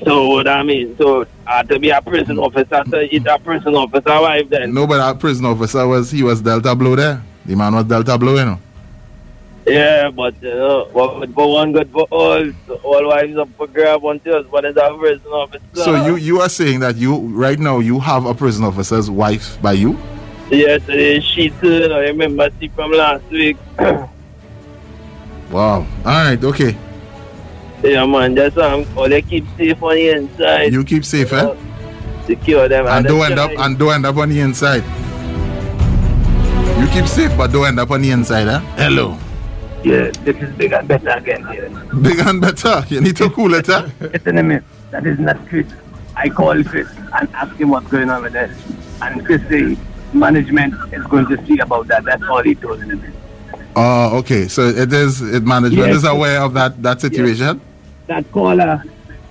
So what I mean, so uh, to be a prison officer, so it's a prison officer wife then. No, but our prison officer was he was Delta Blue there. The man was Delta Blue, you know. Yeah, but you know, what good for one, good for all. So all wives up for grab until husband is a prison officer. So you you are saying that you right now you have a prison officer's wife by you? Yesterday she too, I remember she from last week. Wow. All right. Okay. yeah man, that's why I'm all they keep safe on the inside. You keep safe, eh? Secure them. and at the don't end up side. and don't end up on the inside. You keep safe, but don't end up on the inside, huh? Hello. Yeah, this is big and better again. Here. Big and better. You need to cool it, huh? Listen to me. That is not Chris. I call Chris and ask him what's going on with this. And Chris say management is going to see about that. That's all he told me. Oh, okay. So it is. It management Yes. is aware of that that situation. That caller,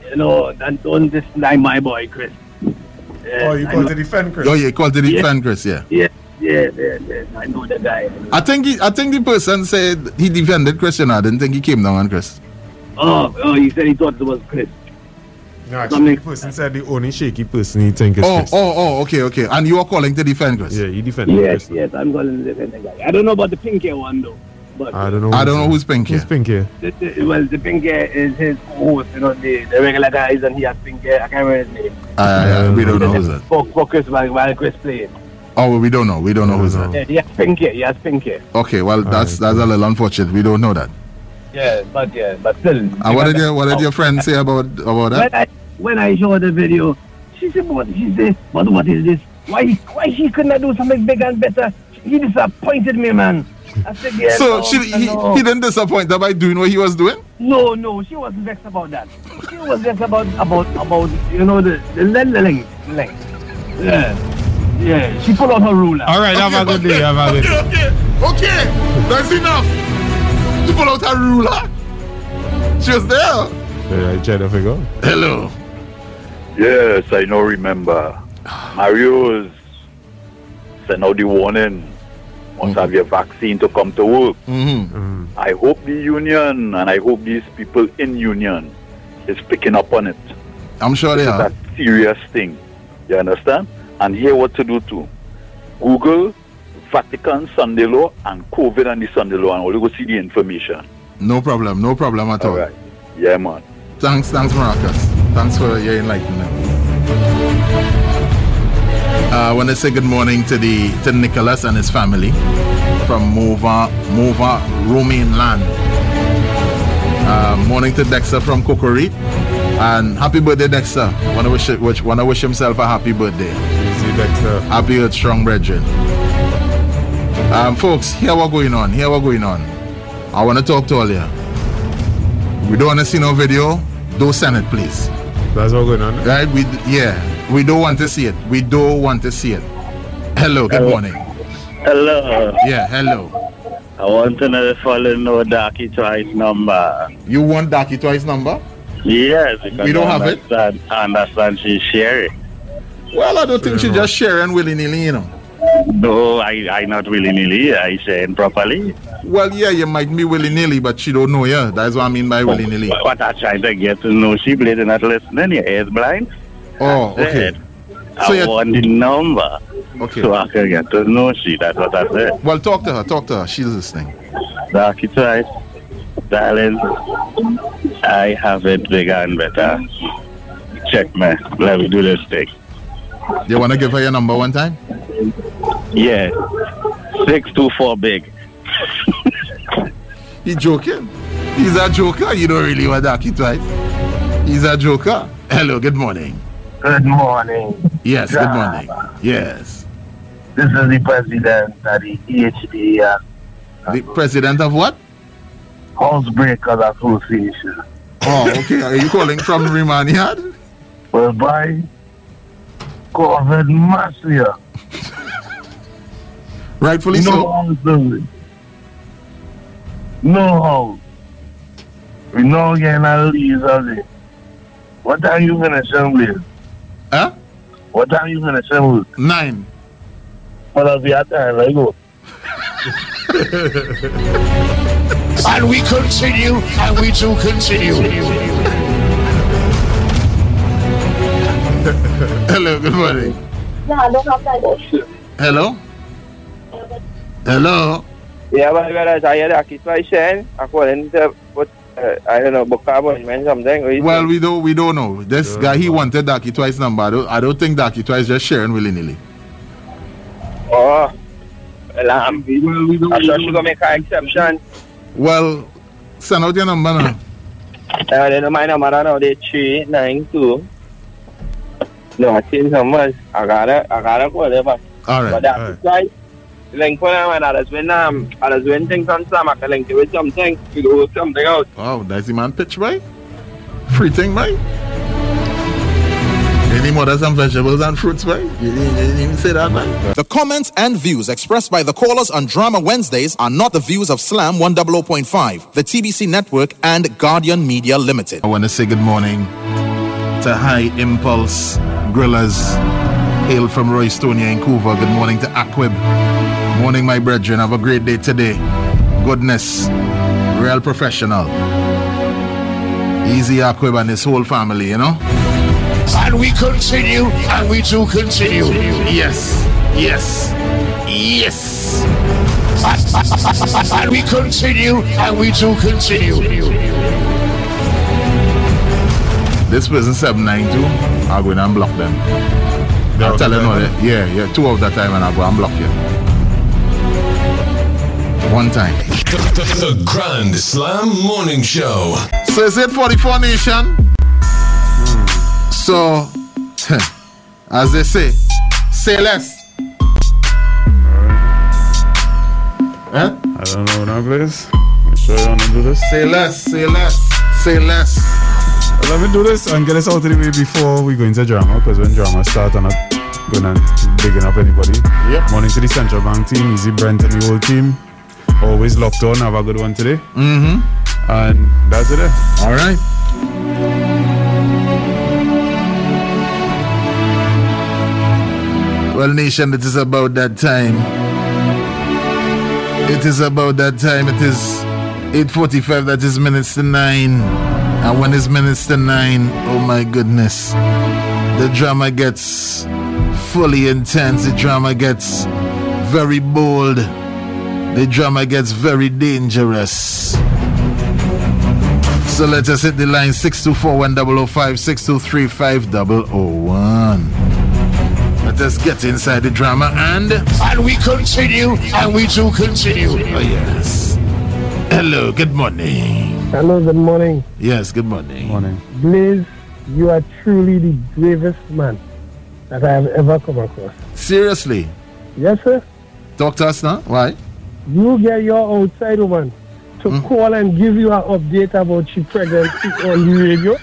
you know, that don't deny my boy, Chris. oh, you call to defend Oh yeah, called the defend Chris. Yeah. Yeah, yeah, yeah, yeah. I know the guy. I think he, I think the person said he defended Chris. You know, I didn't think he came down on Chris. Oh, oh, he said he thought it was Chris. No, actually, the person said the only shaky person he think is oh, Chris. oh, oh. Okay, okay. And you are calling to defend Chris. Yeah, you defend. Yes, yes, I'm calling the defender guy. I don't know about the pink hair one though, but I don't know. I don't know who's pink here. Who's pink here? the, the, well, the pink hair is his co-host, you know, the, the regular guys, and he has pink hair. I can't remember his name. Uh, we don't know who's that. For, for Chris while, while Chris playing, Oh, we don't know. We don't know who's that. yeah, he has pink hair. He has pink hair. Okay, well that's that's a little unfortunate. We don't know that. Yeah, but yeah, but still. And what did your what did your friend say about about that? When I when I showed the video, she said, "What is this? What what is this? Why why he could not do something bigger and better? He disappointed me, man." I said, yeah, so no, she, he, no. he didn't disappoint her by doing what he was doing? No, no, she wasn't vexed about that. She was vexed about about about you know the the le- le- length, the length. Yeah, yeah. She pulled out her ruler. All right, have a good day. Have a good day. Okay, okay, that's enough. She pulled out her ruler. She was there. Yeah, I tried to figure. out. Hello. Yes, I now remember. Mario is sent out the warning. must have your vaccine to come to work. Mm-hmm. I hope the union and I hope these people in union is picking up on it. I'm sure they are. serious thing. You understand? And here what to do too. Google Vatican Sunday law and COVID and the Sunday law and all you go see the information. No problem, no problem at all. Yeah man. Thanks, thanks, Maracas. Thanks for your enlightenment. Mm-hmm. Uh, I want to say good morning to the to Nicholas and his family from Mova Mova Romain Land. Uh, morning to Dexter from Kokorit, and happy birthday, Dexter. Wanna wish it- wish wanna wish himself a happy birthday. See Dexter. Happy with strong brethren. Um, folks, here what going on. Here what going on. I want to talk to all you. We don't want to see no video. Do send it, please. That's all going on. Right? We yeah. We don't want to see it. We don't want to see it. Hello. Good morning. Hello. Yeah, hello. I want to know the following no Darky Twice number. You want Darky Twice number? Yes, because We don't I have it. understand, I understand she share it. Well, I don't think she just sharing willy nilly, you know. No, I I not willy nilly. I sharing properly. Well, yeah, you might be willy nilly, but she don't know. Yeah, that's what I mean by willy nilly. But What I trying to get to know, she blade not listening. Your ears blind. Oh, I okay. said, Eh, I want the number. Okay. So I can get to know she. That's what I said. Well, talk to her. Talk to her. She's listening. Darky Twice, darling. I have it bigger and better. Check me. Let me do this thing. You want to give her your number one time? Yeah. Six two four big. He joking. He's a joker. You don't really want Darky Twice. He's a joker. Hello. Good morning. Good morning. Yes. Good Yeah. morning. Yes. This is the president of the E EHDA, The president of what? Housebreakers Association. Oh, okay. Are you calling from Rimaniad? Well, by COVID Masia. Rightfully no so. House building. No house. We know getting a lease of it. What time you gonna assemble? Huh? What time you gonna assemble? Nine. Well, I'll be out there. Let's go. And we continue, and we do continue. Hello. Good morning. No, I don't have that. Hello? Hello? Yeah, but guys, I hear that I saying, I call in to put, uh, I don't know, book appointment something. Or Well, we don't we don't know. This guy he wanted Darky Twice number. I don't, I don't think Darky Twice just sharing willy nilly. Oh, well, I'm, I'm sure she's going to make an exception. Well, send out your number now. Uh, they don't mind number now, they 392. No, I changed numbers. I gotta, I gotta call them. All Vâng All right. But that's right. Link for them, and others when, um, others when things on Sam, I can link it with something. We go work something out. Wow, that's the man pitch, right? Free thing, right? Any more than some vegetables and fruits, right? You didn't, you didn't say that, right? The comments and views expressed by the callers on Drama Wednesdays are not the views of Slam 100.5, the TBC network, and Guardian Media Limited. I want to say good morning to High Impulse Grillers. Hail from Roystonia in Vancouver. Good morning to Aquib. Morning, my brethren. Have a great day today. Goodness. Real professional. Easy Aquib and his whole family, you know? And we continue, and we do continue. Yes, yes, yes. And we continue, and we do continue. This person 792, I'll go in and block them. I'll tell them all that. Yeah, yeah, two of that time and I'll go and block you. One time. The, the- the Grand Slam Morning Show. So it's 844 Nation. So, as they say, say less. Huh? I don't know what I'm this. You sure you want to do this? Say less, say less, say less. Let me do this and get this out of the way before we go into drama, because when drama starts, I'm not gonna bigging up anybody. Yep. Morning to the Central Bank team, Easy Brent and the whole team. Always locked on. Have a good one today. Mm-hmm. And that's it. All right. Well, Nation, it is about that time. It is about that time. It is 8.45. That is minutes to 9. And when it's minutes to 9, oh my goodness. The drama gets fully intense. The drama gets very bold. The drama gets very dangerous. So let us hit the line 624 623 5001. Let us get inside the drama and. And we continue, and we do continue. Oh, yes. Hello, good morning. Hello, good morning. Yes, good morning. Morning. Blaze, you are truly the bravest man that I have ever come across. Seriously, Yes, sir. talk to us now. Why? You get your outside woman to Hmm? call and give you an update about she pregnancy on the radio.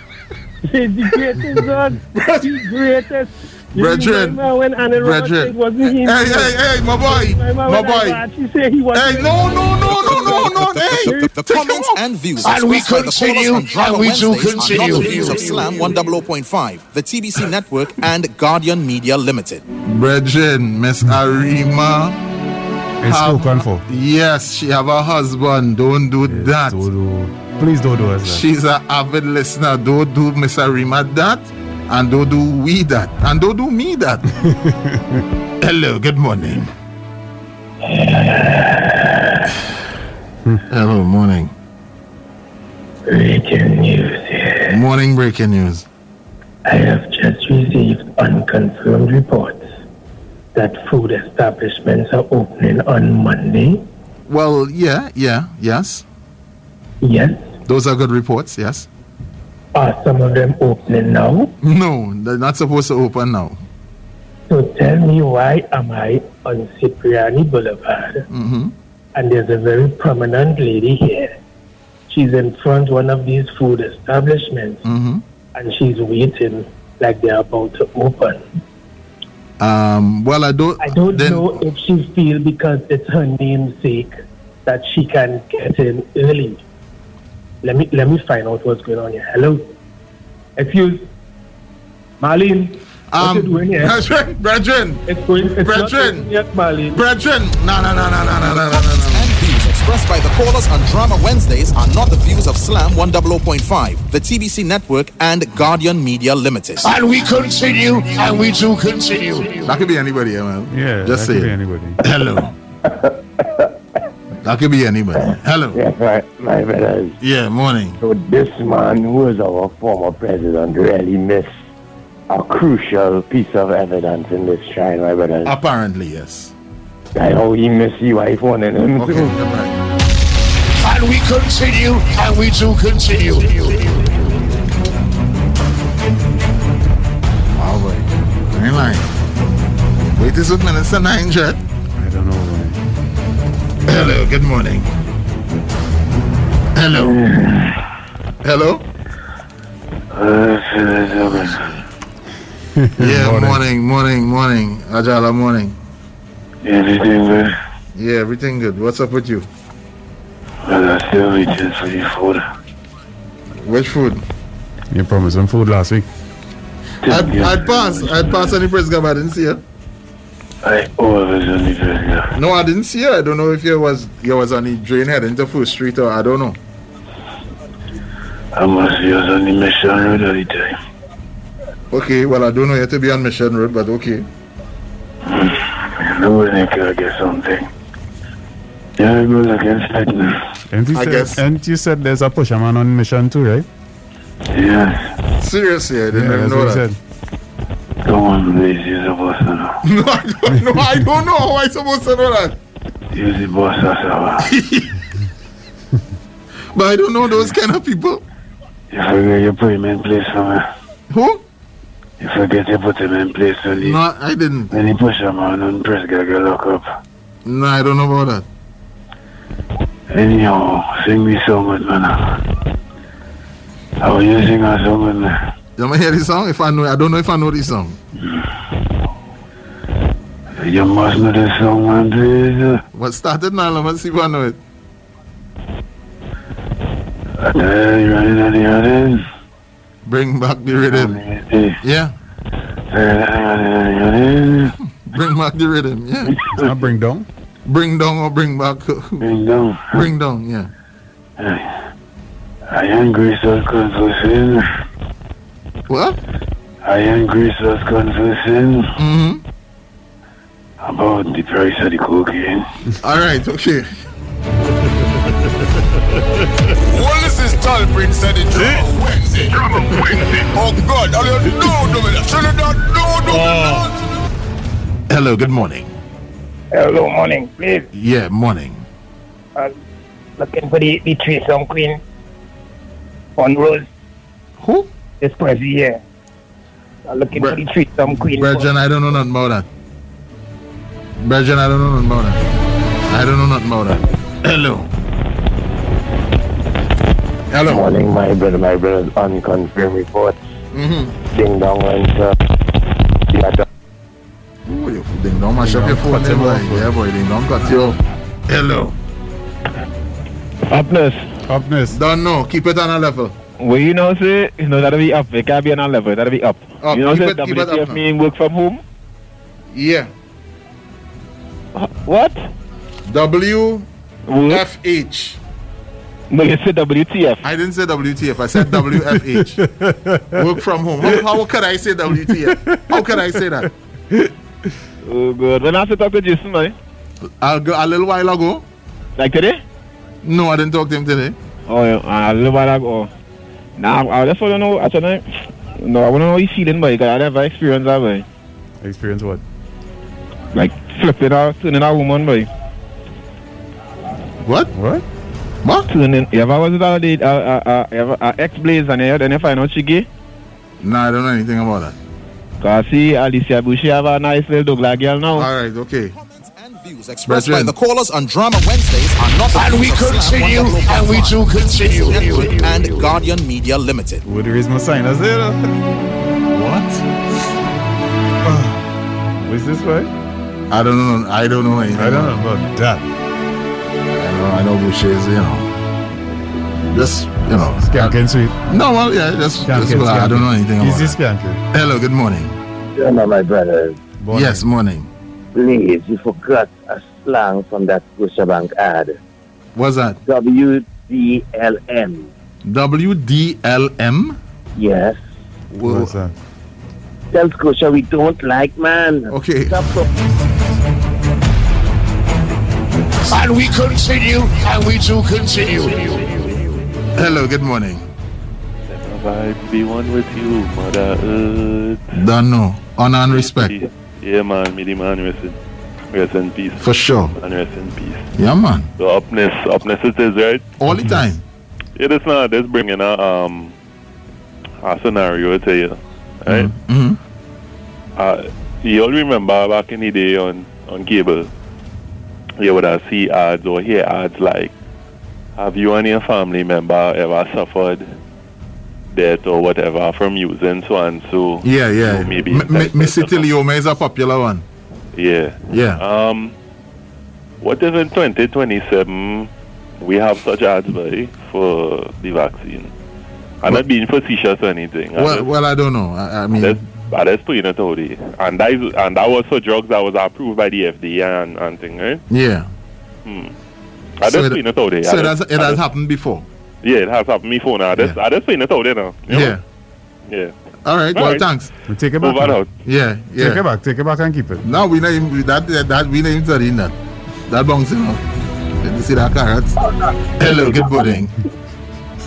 She's the greatest God. the greatest. You Brethren. remember when Anna Roberts Brethren. said it wasn't him. Hey, hey, hey, my boy. You remember My when boy. I- She said he was. Hey, no, no, no, no, no, no. Hey, The comments and views And we expressed by the callers continue, on Drama and we do Wednesdays are not the continue. views of Slam 100.5, the TBC Network, and Guardian Media Limited. Brethren, Miss Arima. It's have- spoken for. Yes, she have a husband. Don't do that. Please don't do us that. She's an avid listener. Don't do Miss Arima that. And don't do we that. And don't do me that. Hello, good morning. Hello, morning. Breaking news here. Morning breaking news. I have just received unconfirmed reports that food establishments are opening on Monday. Well, yeah, yeah, yes. Yes. Those are good reports, yes. Are some of them opening now? No, they're not supposed to open now. So tell me why am I on Cipriani Boulevard Mm-hmm, and there's a very prominent lady here. She's in front one of these food establishments mm-hmm. and she's waiting like they're about to open. Um, well, I don't. I don't know if she feels because it's her namesake that she can get in early. Let me let me find out what's going on here. Hello, excuse, Marlene. Um, what you doing here? Brethren, brethren, it's going, it's not brethren, open yet, Marlene. brethren. No, no, no, no, no, no, no, no, no. And views expressed by the callers on Drama Wednesdays are not the views of Slam 100.5, the TBC Network, and Guardian Media Limited. And we continue, and we do continue. That could be anybody, yeah, man. Yeah, Just say that could be it. anybody. Hello. that could be anybody. Hello. Yes, right, my brothers. Yeah, morning. So this man, who is our former president, really missed a crucial piece of evidence in this trial, my brothers. Apparently, yes. I know he missed his wife one and him Okay, too. And we continue, and we do continue. All right. Ain't lying. Wait, is it minutes and nine, Jet? I don't know. Hello. Good morning. Hello. Hello. yeah, morning, morning, morning. Ajala, morning. Everything good? Yeah, everything good. What's up with you? Well, I'm still waiting for the food. Which food? You promised him food last week. I'd, I'd pass. I'd pass any press but I didn't see her. I always on the burger. No, I didn't see her. I don't know if you was you was on the drain head into Food Street or I don't know. I must be out on the mission road all the time. Okay, well I don't know. You have to be on Mission Road, but okay. I know when I can get something. Yeah, I go like inside now. And you, I said, guess. and you said there's a pusherman on mission too, right? Yes. Seriously, I Yeah, didn't even that's know what he that. said. Come on, please, you're supposed to know. No, I don't know. I don't know how I supposed to know that. Use the boss as well. But I don't know those kind of people. You forget you put him in place for me. Who? You forget you put him in place when he, No, I didn't. when he push him on and press gaga lock up. No, I don't know about Anyhow, sing me song with man. I will you sing a song with me. that. You want hear this song? If I know, I don't know if I know this song. You must know this song, man, please. What started now? Let me see if I know it. Hey, running on the audience. Bring back the rhythm. Yeah. Hey, running on the audience. Bring back the rhythm. Yeah. I bring down. Bring down or bring back? Bring down. Bring down, yeah. I angry self confessing. What? I angry self confessing. About the price of the cocaine. All right, okay. Wallace is tall prince at the Eh? drum Wednesday. Drum Wednesday. Oh God, all you do do me that. Turn it down, do do me Oh. that. Hello, good morning. Hello, morning, please. Yeah, morning. I'm looking for the, the threesome queen on Rose. Who? This present year. I'm looking for the threesome queen. Brethren, I don't know nothing about that. Brethren, I don't know nothing about that. I don't know nothing about that. Hello. Hello. Morning, my brother, my brother's unconfirmed report. Mm-hmm. Ding dong, answer. The other Ooh, you ding dong, mash up your phone, there, boy. Yeah, boy, ding dong, cut you off. Hello. Upness. Upness. Don't know. Keep it on a level. Well, you know, say, you know, that'll be up. It can't be on a level. That'll be up. Up. you know, uh, Keep say, it- keep it up WTF now. mean work from home? Yeah. What? W F H. No, you said WTF. I didn't say WTF. I said WFH. Work from home. How, how could I say WTF? How could I say that? Oh, God. When I said talk to Jason, man. A, g- a little while ago. Like today? No, I didn't talk to him today. Oh, yeah. uh, a little while ago. Nah, I just want to know. I don't know. No, I want to know how you feeling, boy. 'cause I never experienced that, boy. Experience what? Like flipping out, turning a woman, boy. What? What? What? Turning. You ever was with a lady, uh, uh, uh, you ever, uh, ex-blaze and you- then you find out she gay? Nah, I don't know anything about that. Cause see, Alicia Bushi have a nice little Douglas girl now. All right, okay. Views Expressed by the callers on Drama Wednesdays are not the And views we of Slam continue, 1015, and we do continue. Network and Guardian Media Limited. Would there is my sign? That's it. What? Is this right? I don't know. I don't know anything. I don't know about that. I know. I know Boucher is, you know. Just, you know. Skanking sweet. No, well, yeah, that's, that's Skanking, what I, I don't know skanking. anything about Easy that. skanking. Hello, good morning. Hello, my brothers. Yes, morning. Please, you forgot a slang from that Scotiabank ad. What's that? WDLM. WDLM? Yes. What's that? Tell Scotia we don't like man. Okay. And we continue, and we do continue. Hello, good morning. Vibe be one with you, Mother Earth. Don't know. Honor and respect. Yeah, man, me the man, rest in, rest in peace. For sure. And rest in peace. Yeah, man. So, upness, upness it is, right? All the time. It is not, it's bringing a, um, a scenario to you, right? Mm-hmm. Uh, you all remember back in the day on, on cable, you would have see ads or hear ads like, have you and your family member ever suffered death or whatever from using so and so? Yeah, yeah. So maybe M- M- Missy Tilioma is a popular one. Yeah. Yeah. Um, what if in 2027 we have such ads by for the vaccine? I'm not being facetious or anything. I Well, just- well, I don't know. I, I mean, I just putting it out there. And that, is, and that was for drugs that was approved by the FDA and, and thing, right? yeah. Hmm. I So just it- putting it out there. eh? I So it has, just- it I has just- happened before. Yeah, it has happened. Me phone. I just, I just putting it out there now. You know? Yeah. Yeah. All right. Well, Alright. thanks. We take it Move back. on now. out. Yeah, yeah. Take it back. Take it back and keep it. No, we name that that, that we name that in that. That bouncing off. Did you see that carrot? Hello, good morning.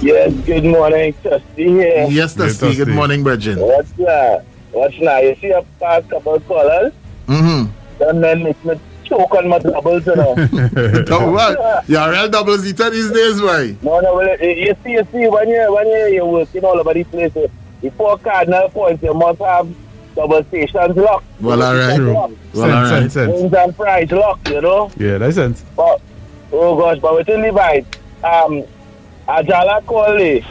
Yes, good morning, Trusty here. Yes, Dusty. Good morning, Bridget. What's that? What's that? You see a past couple callers? Mm-hmm. Them men make me choke on my doubles, you know. Double Oh, what? You're a real double zeta these days, boy. no, no, well, eh, you you see, you see, when you when you, you working all over the place, uh, the four cardinal points, you must have double stations locked. Well, all right. Double Well, stations locked. all right. sense, sense. Wings and fries locked, you know. Yeah, that's sense. But oh gosh, but within the vibe, um, Ajala call eh,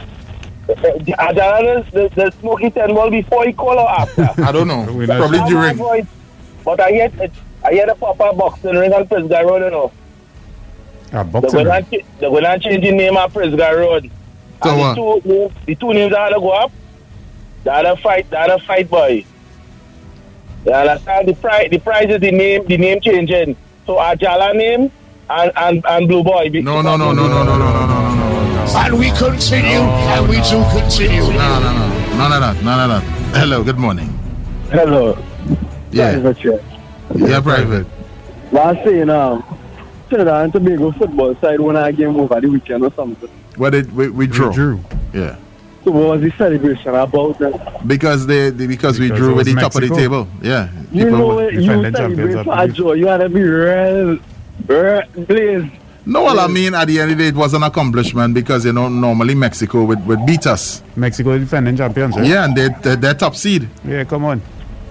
eh, Ajala the, the, the smoky ten ball before he call or after. I don't know. That's Probably how I during. know it. But I hear it- I hear the proper boxing ring on Prisgar Road, you know. They're Ah, boxing. going to ch- they're going to change the name on Prisgar Road. So and what? the two names, the two names that are go up, the other fight, the other fight boy. You understand the price? The price is the name, the name changing. So Ajala name and, and, and Blue Boy. No, no, no, no, no, no, no, no, no, no. And we continue, and we do continue. No, no, no. None of that. None of that. Hello. Good morning. Hello. Yeah. Private yeah. Yeah, private. But I say, you know, Trinidad and Tobago football side won a game over the weekend or something. What did we, we drew? drew. Yeah. So what was the celebration about that? Because they, they because, we Because drew it with was the top of the Mexico. table. Yeah. You People know were- it, you celebrate for a joy. You had to be real, real blazed. No, well, I mean, at the end of the day, it was an accomplishment because you know normally Mexico would, would beat us. Mexico defending champions. eh? Yeah, and they they- they're top seed. Yeah, come on.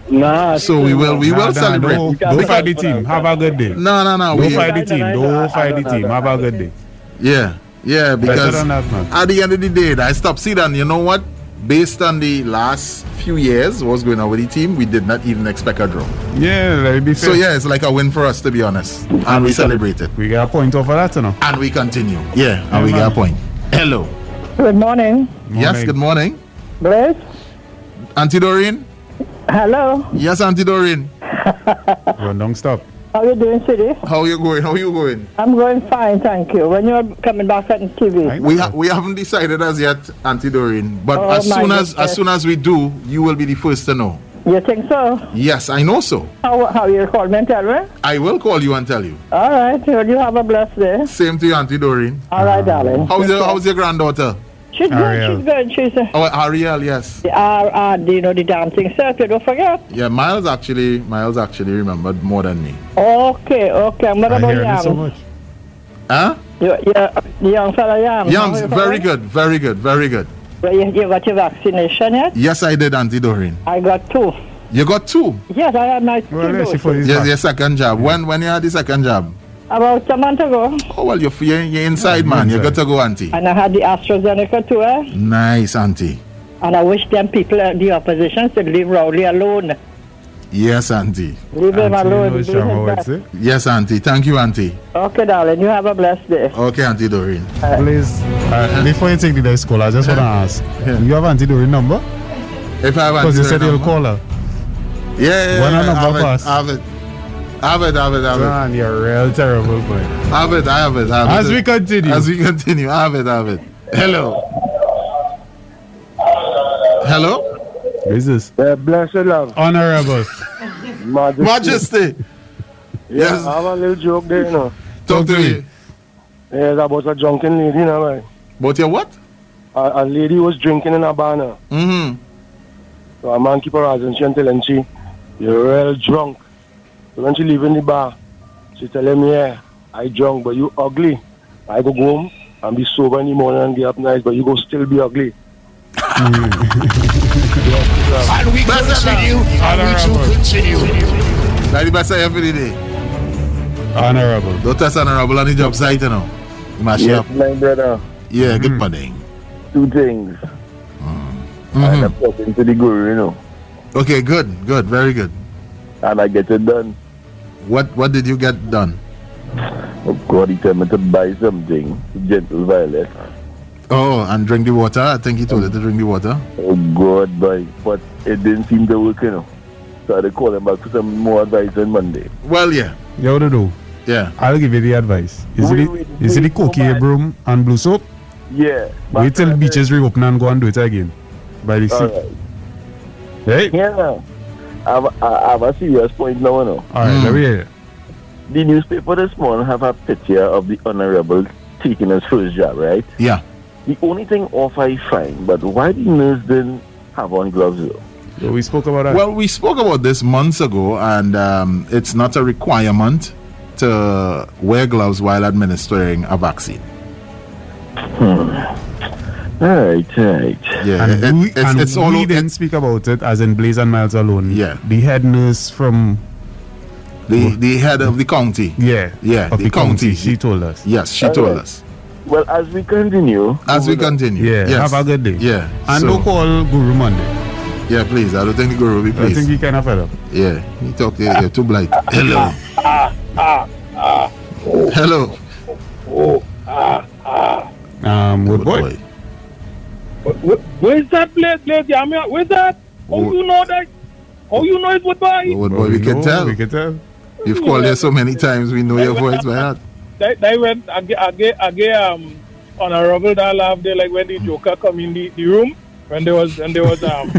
Nah. So we will we Nah, will nah, celebrate. don't- don't fight the team. Have a good day. No, no, no. Don't we- fight the team. Don't fight the team. Have a good day. Yeah, yeah. Because than that, man. at the end of the day, that's top seed, and you know what? Based on the last few years, what's going on with the team, we did not even expect a draw. Yeah, let me be fair. So yeah, it's like a win for us to be honest, and, we celebrate it. We got a point over that, you know. And we continue. Yeah, and we got a point. Hello. Good morning. Yes, good morning. Bless. Auntie Doreen? Hello. Yes, Auntie Doreen. Don't stop. How you doing, City? How you going? How you going? I'm going fine, thank you. When you're coming back on TV. We ha- we haven't decided as yet, Auntie Doreen. But Oh, as my soon as goodness. as soon as we do, you will be the first to know. You think so? Yes, I know so. How how you call me and tell me? I will call you and tell you. All right. Well, you have a blessed day. Same to you, Auntie Doreen. All right, darling. Uh, How's your How's your granddaughter? She's good. She's good. She's uh, Oh, Ariel, yes. the R R D, you know the dancing circuit. Don't forget. Yeah, Miles actually Miles actually remembered more than me. Okay, okay. I'm gonna go yam. Huh? You, you, the young fella yam. Yams, eh? very good, very good, very good. Well, you, you got your vaccination yet? Yes, I did, Auntie Doreen. I got two. You got two. Yes, I had my two doses. Yes, your second job. When when you had the second job? About a month ago, Oh well, you're you're, you're inside, man. You got to go, Auntie. and I had the AstraZeneca too. Eh? Nice, Auntie. And I wish them people at the opposition should leave Rowley alone. Yes, Auntie. Leave him alone. Do his best. Yes, Auntie. Thank you, Auntie. Okay, darling. You have a blessed day. Okay, Auntie Doreen. Please, uh, before you take the next call, I just want to ask you have Auntie Doreen number? If I have Because Auntie you said Doreen you'll number- call her. Yeah, yeah, One yeah, and a have half it, hours. Have it. Have it, have it, have it. Man, you're real terrible, boy. Have it, I have it, have As it. we continue. As we continue, have it, have it. Hello. Hello? Business. blessed love. Honorable. Majesty. Majesty. Yeah, Yes. I have a little joke there, you know. Talk to me. Yeah, it's about a drunken lady, you know, man. But your what? A, a lady was drinking in Habana. Mm-hmm. So a man keep her as and she and telling she, you're real drunk. So when she leaving the bar, she tell him, yeah, I drunk, but you ugly. I go home and be sober in the morning and get up nice, but you go still be ugly. And we continue, and we do continue. Like the best I every day. Honorable. Don't test honorable on the job site, you know. You mash it up. Yes, my brother. Yeah, good Mm-hmm. morning. Two things. Mhm. And I'm talking to the guru, you know. Okay, good, good, very good. And I get it done. What What did you get done? Oh Of course, he told me to buy something. Gentle Violet. Oh, and drink the water. I think he told her to drink the water. Oh, God, boy. But it didn't seem to work, you know. So I called him back for some more advice on Monday. Well, yeah. You ought to do. Yeah. I'll give you the advice. Is it, you see the cookie broom and blue soap? Yeah. Wait till beaches reopen and go and do it again. By the sea. uh, All right. Hey. Yeah. I have, I have a serious point now, you know. All right, let me hear it. The newspaper this morning have a picture of the honorable taking his first job, right? Yeah. The only thing off I find, but why the nurse didn't have on gloves though? we spoke about Well, we spoke about this months ago, and um, it's not a requirement to wear gloves while administering a vaccine. Right, right. Yeah, and it- we, it's, and it's we all o- didn't speak about it as in Blaze and Miles alone. Yeah. The head nurse from the the head of the county. Mm-hmm. Yeah. Yeah, Of the the county. county. She told us. Yes, she All told right. us. Well, as we continue. As we continue. Yeah, yes. have a good day. Yeah. And so- don't call Guru Monday. Yeah, please. I don't think the guru will be I pleased. think he kind of fed up. Yeah, he talked. Yeah, yeah, too blind. Hello. Hello. Um, good boy. Where's that place, place? Yeah, I mean, Oh, where's that? How Oh, you know that? How you know it's Woodbye? Good Oh. boy. We can tell. We can tell. You've called here so many times, we know your voice by heart. They, they went again, again, again um, honorable that laugh there, like when the Joker come in the, the room, when there was, when there was, um,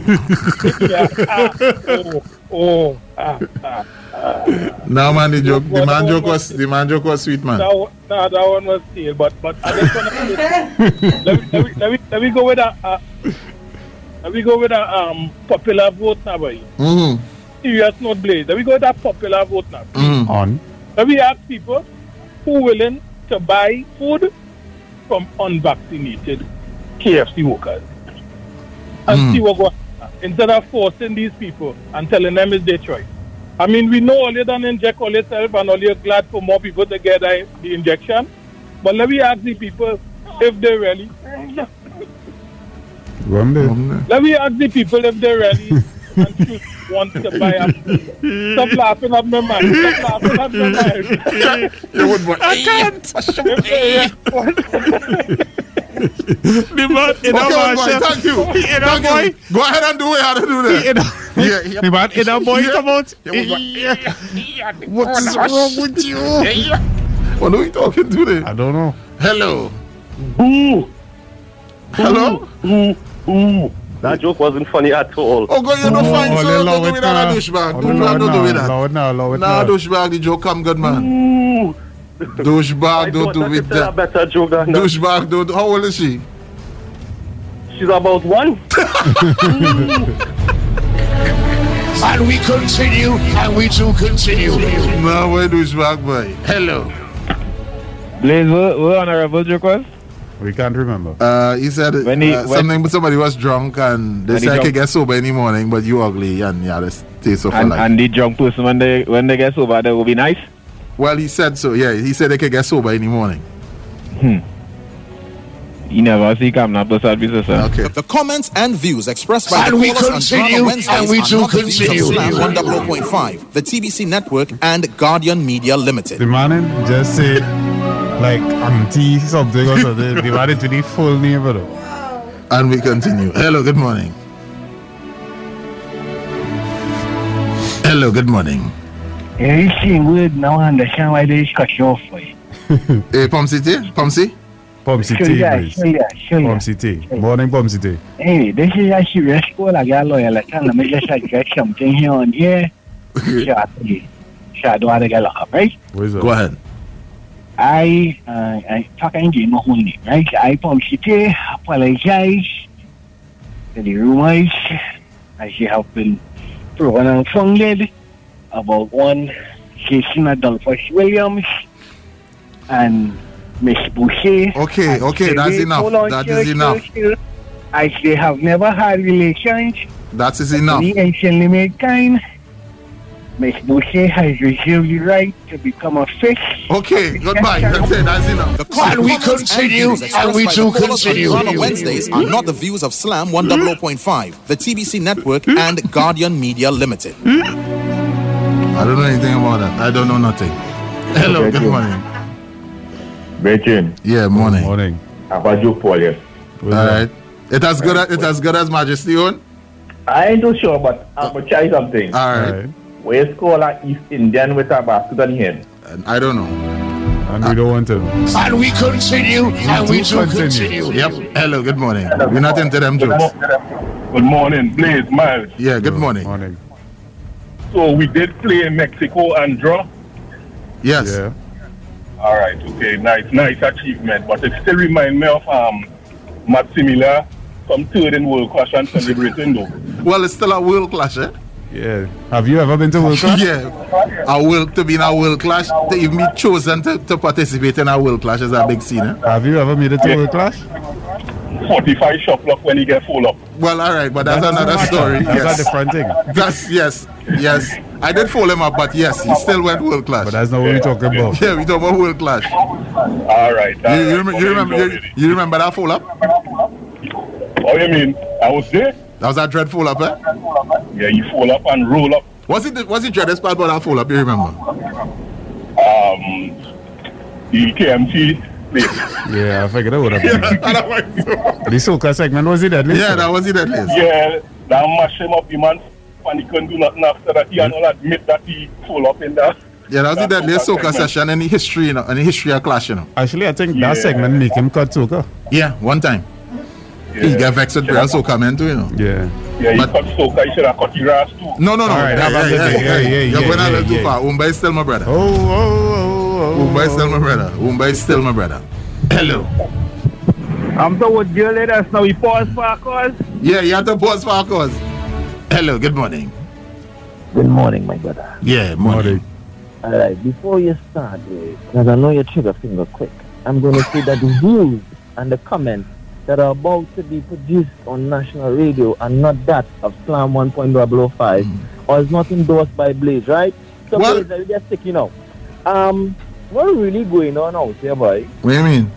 yeah, ah, oh, oh, ah, ah, ah. Now, man, the joke, the man joke was, the man joke was sweet, man. Oh, That one, nah, that one was stale, but, but I just want to let, me- let, me- let, me- let me go with a, a let me go with a um, popular vote now, boy. Mm. Serious note, Blaze. Let me go with a popular vote now. Mm-hmm. On. Let me ask people who willing to buy food from unvaccinated KFC workers and see what goes on. instead of forcing these people and telling them it's their choice. I mean, we know all they done inject all yourself and all you're glad for more people to get the the injection. But let me ask the people if they really Rumble. let me ask the people if they really and choose- want to buy a Stop laughing at my mind. Stop laughing at my mind. you would want, I can't. The man in Okay, a well, boy, marshal. thank you. He in a Thank boy. you. Go ahead and do it. How to do that? He in a- yeah, yeah. The man in a boy Yeah. come out. Yeah, what- What is wrong with you? What are we talking to there? I don't know. Hello. Boo! Hello? Boo! Boo! That joke wasn't funny at all. Oh, God, you don't find oh, so. they Don't love do it, me that, uh, douchebag. Don't oh, do Lord, that, don't do me nah, that. Lord, nah, Lord, Nah, nah. douchebag, the joke come good, man. Boo! Douchebag, don't do it Tell a that. better joke than that. Douchebag, don't. How old is she? She's about one. And we continue, and we do continue. Nah, where douchebag, boy? Hello. Blaze, what, what honorable joke was? We can't remember. Uh, he said When he- uh, when- something. Somebody was drunk and they And he said I could drunk. get sober any morning, but you ugly and yeah, that's taste of And, life. and the drunk person when they when they get sober, they will be nice. well, he said so. Yeah, he said they could get sober any morning. You Hmm. never see come that person be so sir. Okay. The comments and views expressed by And the we callers on continue, Drama Wednesdays and we are do not the views continue. of Slam 100.5, the TBC Network, and Guardian Media Limited. The man in just said like auntie something or something. The man into the full name, bro. And we continue. Hello, good morning. Hello, good morning. Everything good now I understand why they cut you off. boy. Hey, Eh, Pom City? Pom C? Pom Sure, City, yeah, please. sure, yeah, sure, yeah. Pom City. Morning, Pom City. Hey, this is a serious call. I got lawyer. Like, let me just address something here on here. Sure, sure, I don't want to get locked up, right? What is Go that? ahead. I, uh, I fucking gave my whole name, right? I publicity, apologize to the rumors as you have been proven unfounded about one Jason Adolphus Williams and Miss Boucher. Okay, okay, that's enough. That is enough. As they have never had relations, That is enough. the ancient limit kind, Miss Boucher has reserved the right to become a fish Okay, goodbye. That's it, that's enough. The comments And we comments continue, views expressed and we by do the callers on continue. Drama Wednesdays are not the views of Slam 100.5, the TBC Network, and Guardian Media Limited. I don't know anything about that. I don't know nothing. Hello, good morning. Brethren, Yeah, morning. Morning. I have a joke for you. What All is that? right. It as good as it as good as Majesty own. I ain't too sure, but I'm gonna try something. All All right. right. Where's called an East Indian with a basket on him? I don't know. And we don't want to know. And we continue, and we do continue. Yep. Hello, good morning. We're not into them jokes. Good morning, Blaze Miles. Yeah, good morning. Morning. So we did play in Mexico and draw. Yes. Yeah. All right, okay, nice, nice achievement. But it still reminds me of um, Matt Simila from third in World Clash and celebrating though. Well, it's still a world clash, eh? Yeah. Have you ever been to World Cup? Yeah. A world to be in a world clash. To even be chosen to, to participate in a world clash is a big scene, eh? Have you ever made it to World Clash? 45 shop lock when he get full up. Well, all right, but that's another story. That's yes. a different thing. That's yes, yes. I did follow him up, but yes, he still went world class. But that's not what we're talking about. Yeah, we talk about world clash. Oh. All right. You, all you, right, come remem- you on, remember? You, Jordan. you remember that full up? Oh, you mean I was there? That was a dread full up, eh? Yeah, you full up and roll up. Was it the- was it dreadest part about that full up? You remember? Um, E the KMT place. Yeah, I figured that would have been. The soccer segment was it at least? Yeah, that was it. At least. yeah, Hmm. that mash him up, the man, and he couldn't do nothing after that. He had not admit that he full up in that. Yeah, that was the deadliest soca session in the history, you know, in the history of Clash, you know. Actually, I think Yeah. that segment make him cut soca. Yeah, one time. He got vexed with Real Soca man too, you know. Yeah. Yeah, you cut soca, you should have cut your grass too. No, no, no. All right, Hey, have a hey, good hey, day. hey, Yeah, hey, yeah, You're going yeah, a little yeah. too far. Umba is still my brother. Oh, oh, oh. Umba is still my brother. Umba is still my brother. Hello. I'm done with you later, so we pause for our calls. Yeah, you have to pause for our calls. Hello, good morning. Good morning, my brother. Yeah, morning. All right, before you start, because I know your trigger finger quick, I'm going to say that the rules and the comments that are about to be produced on national radio are not that of Slam 1.005 or is not endorsed by Blaze, right? So, Well- Blaze, are you just sticking out? Um, what really going on out here, boy? What do you mean?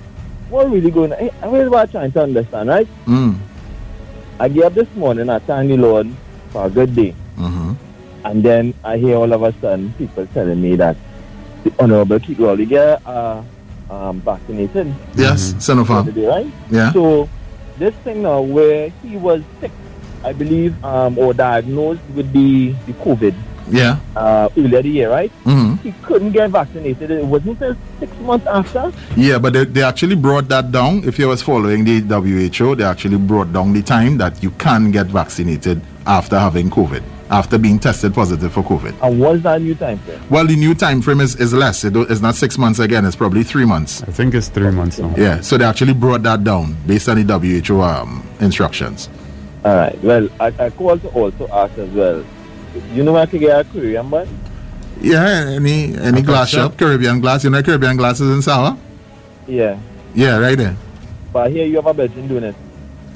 What really going on? Eh, I'm really trying to understand, right? Mm. I get up this morning, I thank the Lord for a good day. Mm-hmm. And then I hear all of a sudden people telling me that the Honorable Keith Rowley get uh, um, vaccinated. Yes, Mm-hmm. son of a. Today, right? Yeah. So this thing now where he was sick, I believe, um, or diagnosed with the, the COVID Yeah. uh, earlier the year, right? Mm-hmm. He couldn't get vaccinated. It wasn't until six months after. Yeah, but they, they actually brought that down. If you was following the WHO, they actually brought down the time that you can get vaccinated after having COVID, after being tested positive for COVID. And what's that new time frame? Well, the new time frame is, is less. It, don't- it's not six months again. It's probably three months. I think it's three months now. Yeah, so they actually brought that down based on the WHO um, instructions. All right. Well, I, I called to also ask as well. You know I could get a Korean man? Yeah, any any Okay, glass sure. shop, Caribbean glass. You know Caribbean glasses in Sawa? Yeah. Yeah, right there. But here you have a bedroom doing it.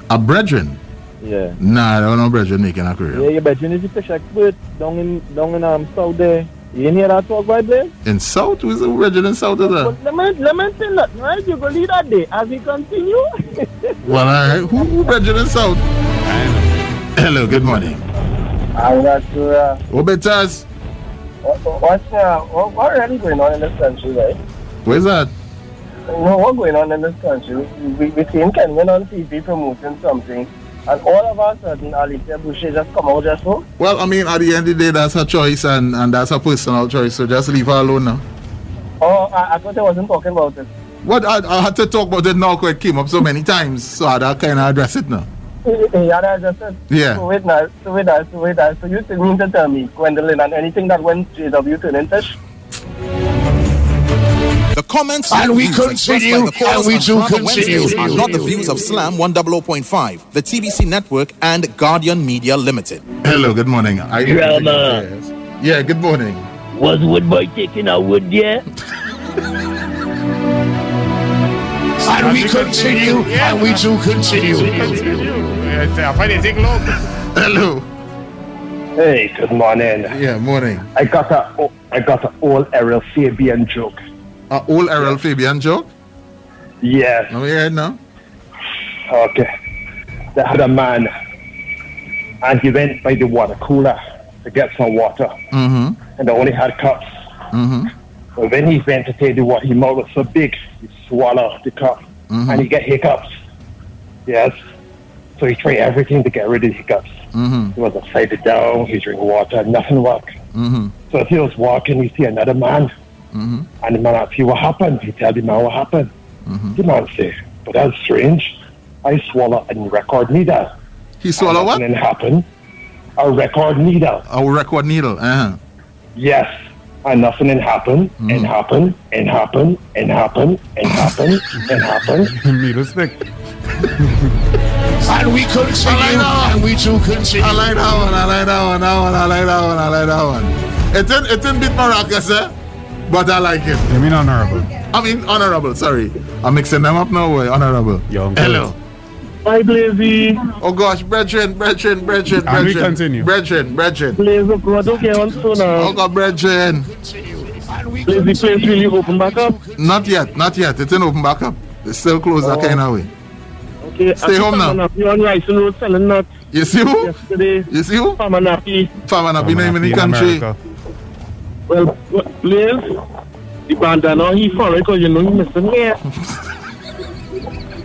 A brethren? Yeah. Nah, I don't know brethren making a Caribbean. Yeah, your bedroom is a fish expert down in down in um south there. You ain't hear that talk right there? In South? Who's the brethren in South? Is that? But let me let me tell that right, you go lead that day as we continue. Well, all right. Who, who brethren in South? Hello, good morning. I'm not sure uh, Obetas, what, what's uh, what, what really going on in this country, right? where's that? You know what's going on in this country? We, we seen Kenyan on TV promoting something, and all of a sudden, Alicia Boucher just come out just now. Well, I mean, at the end of the day, that's her choice and, and that's her personal choice, so just leave her alone now. Oh, I, I thought I wasn't talking about it. What I, I had to talk about it now 'cause it came up so many times, so I had to kind of address it now. Eh, eh, Yeah, that's just it. Yeah. So wait now, so wait now, so wait now. So you still mean to tell me, Gwendolyn, and anything that went straight up, you turn into sh- The comments And we views expressed continue, by the callers and we on do Drama continue. Wednesdays are not the views of Slam 100.5, the TBC Network, and Guardian Media Limited. Hello, good morning. I, Drama. Yeah, good morning. Was Woodboy taking a wood yeah? And we continue, and we do continue. Hello. Hey, good morning. Yeah, morning. I got a, oh, I got an old Errol Fabian joke. An old Errol Fabian joke? Yes. Let me hear it now. Okay. They had a man, and he went by the water cooler to get some water, Mm and they only had cups. hmm. Mm But when he went to take the water, his mouth was so big, he swallowed the cup, hmm. Mm and he got hiccups. Yes. So he tried everything to get rid of the hiccups. hmm. Mm-hmm, Mm He was afraid to down. He drank water. Nothing worked. hmm. mm-hmm, Mm So as he was walking, he see another man. hmm. Mm hmm. And the man asked you what happened. He tell the man what happened. Mm-hmm. The man say, but that's strange. I swallow a record needle. He swallow what? And happened. A record needle. Our record needle. Uh-huh. Uh huh. Yes. And nothing and happened Mm. and happened and happened and happened and happened and happened. Needle stick. And we continue, and we do continue. I like that one. I like that one. That one. I like that one. I like that one. It didn't, it didn't beat Maracas, eh? But I like it. You mean honorable? I mean, honorable. Sorry. I'm mixing them up now, boy. Honorable. Hello. Hi, Blazy. Oh, gosh. Brethren, brethren, brethren, brethren. And we continue. Brethren, brethren. Blazy, bro, don't get on so Oh, now. God, brethren. Blazy, place really open back up. Not yet. Not yet. It didn't open back up. It's still closed Oh. that kind of way. Okay, I Stay see home now. Farmer Nappy on Rice Road selling nuts. You see who? Yesterday, You see who? Farmer Nappy. Farmer Nappy name in the country. Well, what- Blaze, the bandana he foreign because you know he missing here.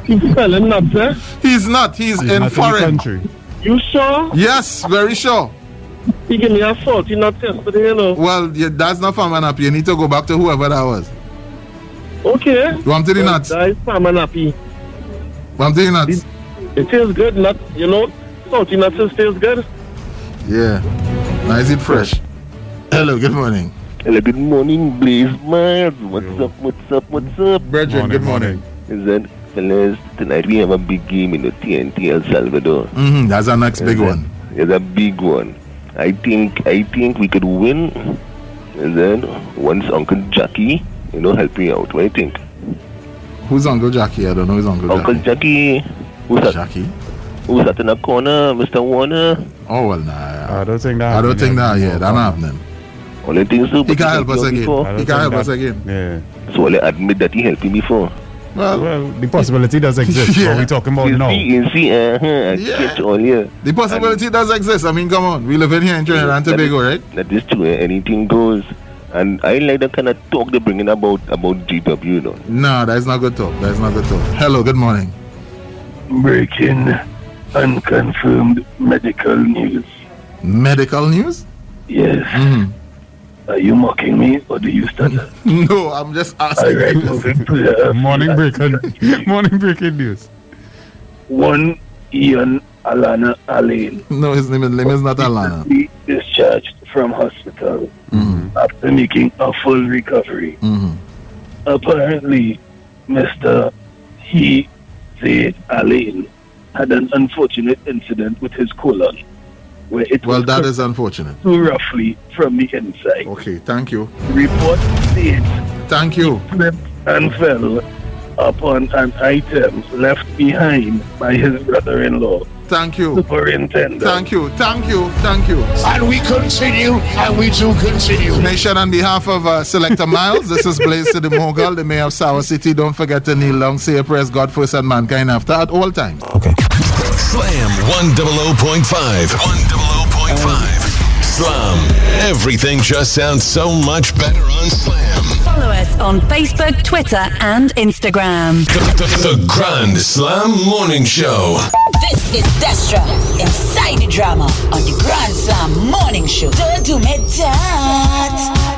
He's selling nuts, eh? He's not. He's, in not in the foreign. You sure? Yes, very sure. He give me a faulty not yesterday, you know. Well, yeah, that's not farming happy. You need to go back to whoever that was. Okay. You want to the Well, nuts? That is farm and happy. I'm doing nuts. It tastes good, not you know, salty nuts is tastes good. Yeah. Now is it fresh? Hello, good morning. Hello, good morning, Blaze Mars. What's up, what's up, what's up? Brethren, good morning. Listen, fellas, tonight we have a big game in the TNT El Salvador. Mm-hmm, that's our next big Yes, one. It's a big one. I think I think we could win. And then once Uncle Jackie, you know, help me out. What do you think? Who's Uncle Jackie? I don't know who's Uncle Jackie. Uncle Jackie, who's that? Jackie. Who's that in the corner, Mr. Warner? Oh well, nah. I don't think that. I don't think that. Yeah, that not happening. Only thing so. He can't help us again. He can't help us again. Yeah. So only admit that he helped me before. Well, the possibility does exist. What we talking about you now? See, you see, uh, uh-huh, I Yeah. catch on here. The possibility does exist. I mean, come on. We live in here in Trinidad and That is- Tobago, right? That is true. eh, Anything goes. And I like that kind of talk they're bringing about about GW, you know. No, that's not good talk. That's not good talk. Hello, good morning. Breaking unconfirmed medical news. Medical news? Yes. Mm-hmm. Are you mocking me or do you stutter? No, I'm just All right, moving to the Morning breaking, morning breaking news. one Ian Alana Alain No, his name, his name is not Alana. discharged from hospital Mhm. after making a full recovery. Mhm. Apparently, Mr. He Zaid Alain had an unfortunate incident with his colon where it Well, was that is unfortunate. too roughly from the inside. Okay, thank you. Report states Thank you. he slipped and fell upon an item left behind by his brother-in-law. Thank you. Superintendent. Thank you, thank you, thank you. And we continue, and we do continue. Nation on behalf of uh, Selector Miles, this is Blaze to the Mogul, the mayor of Sour City. Don't forget to kneel down, say a prayer, God first, and mankind after at all times. Okay. Slam 100.5. 100.5. Slam. Everything just sounds so much better on Slam. Follow us on Facebook, Twitter, and Instagram. The, the Grand Slam Morning Show. This is Destra inside the drama on the Grand Slam Morning Show. Don't do me that.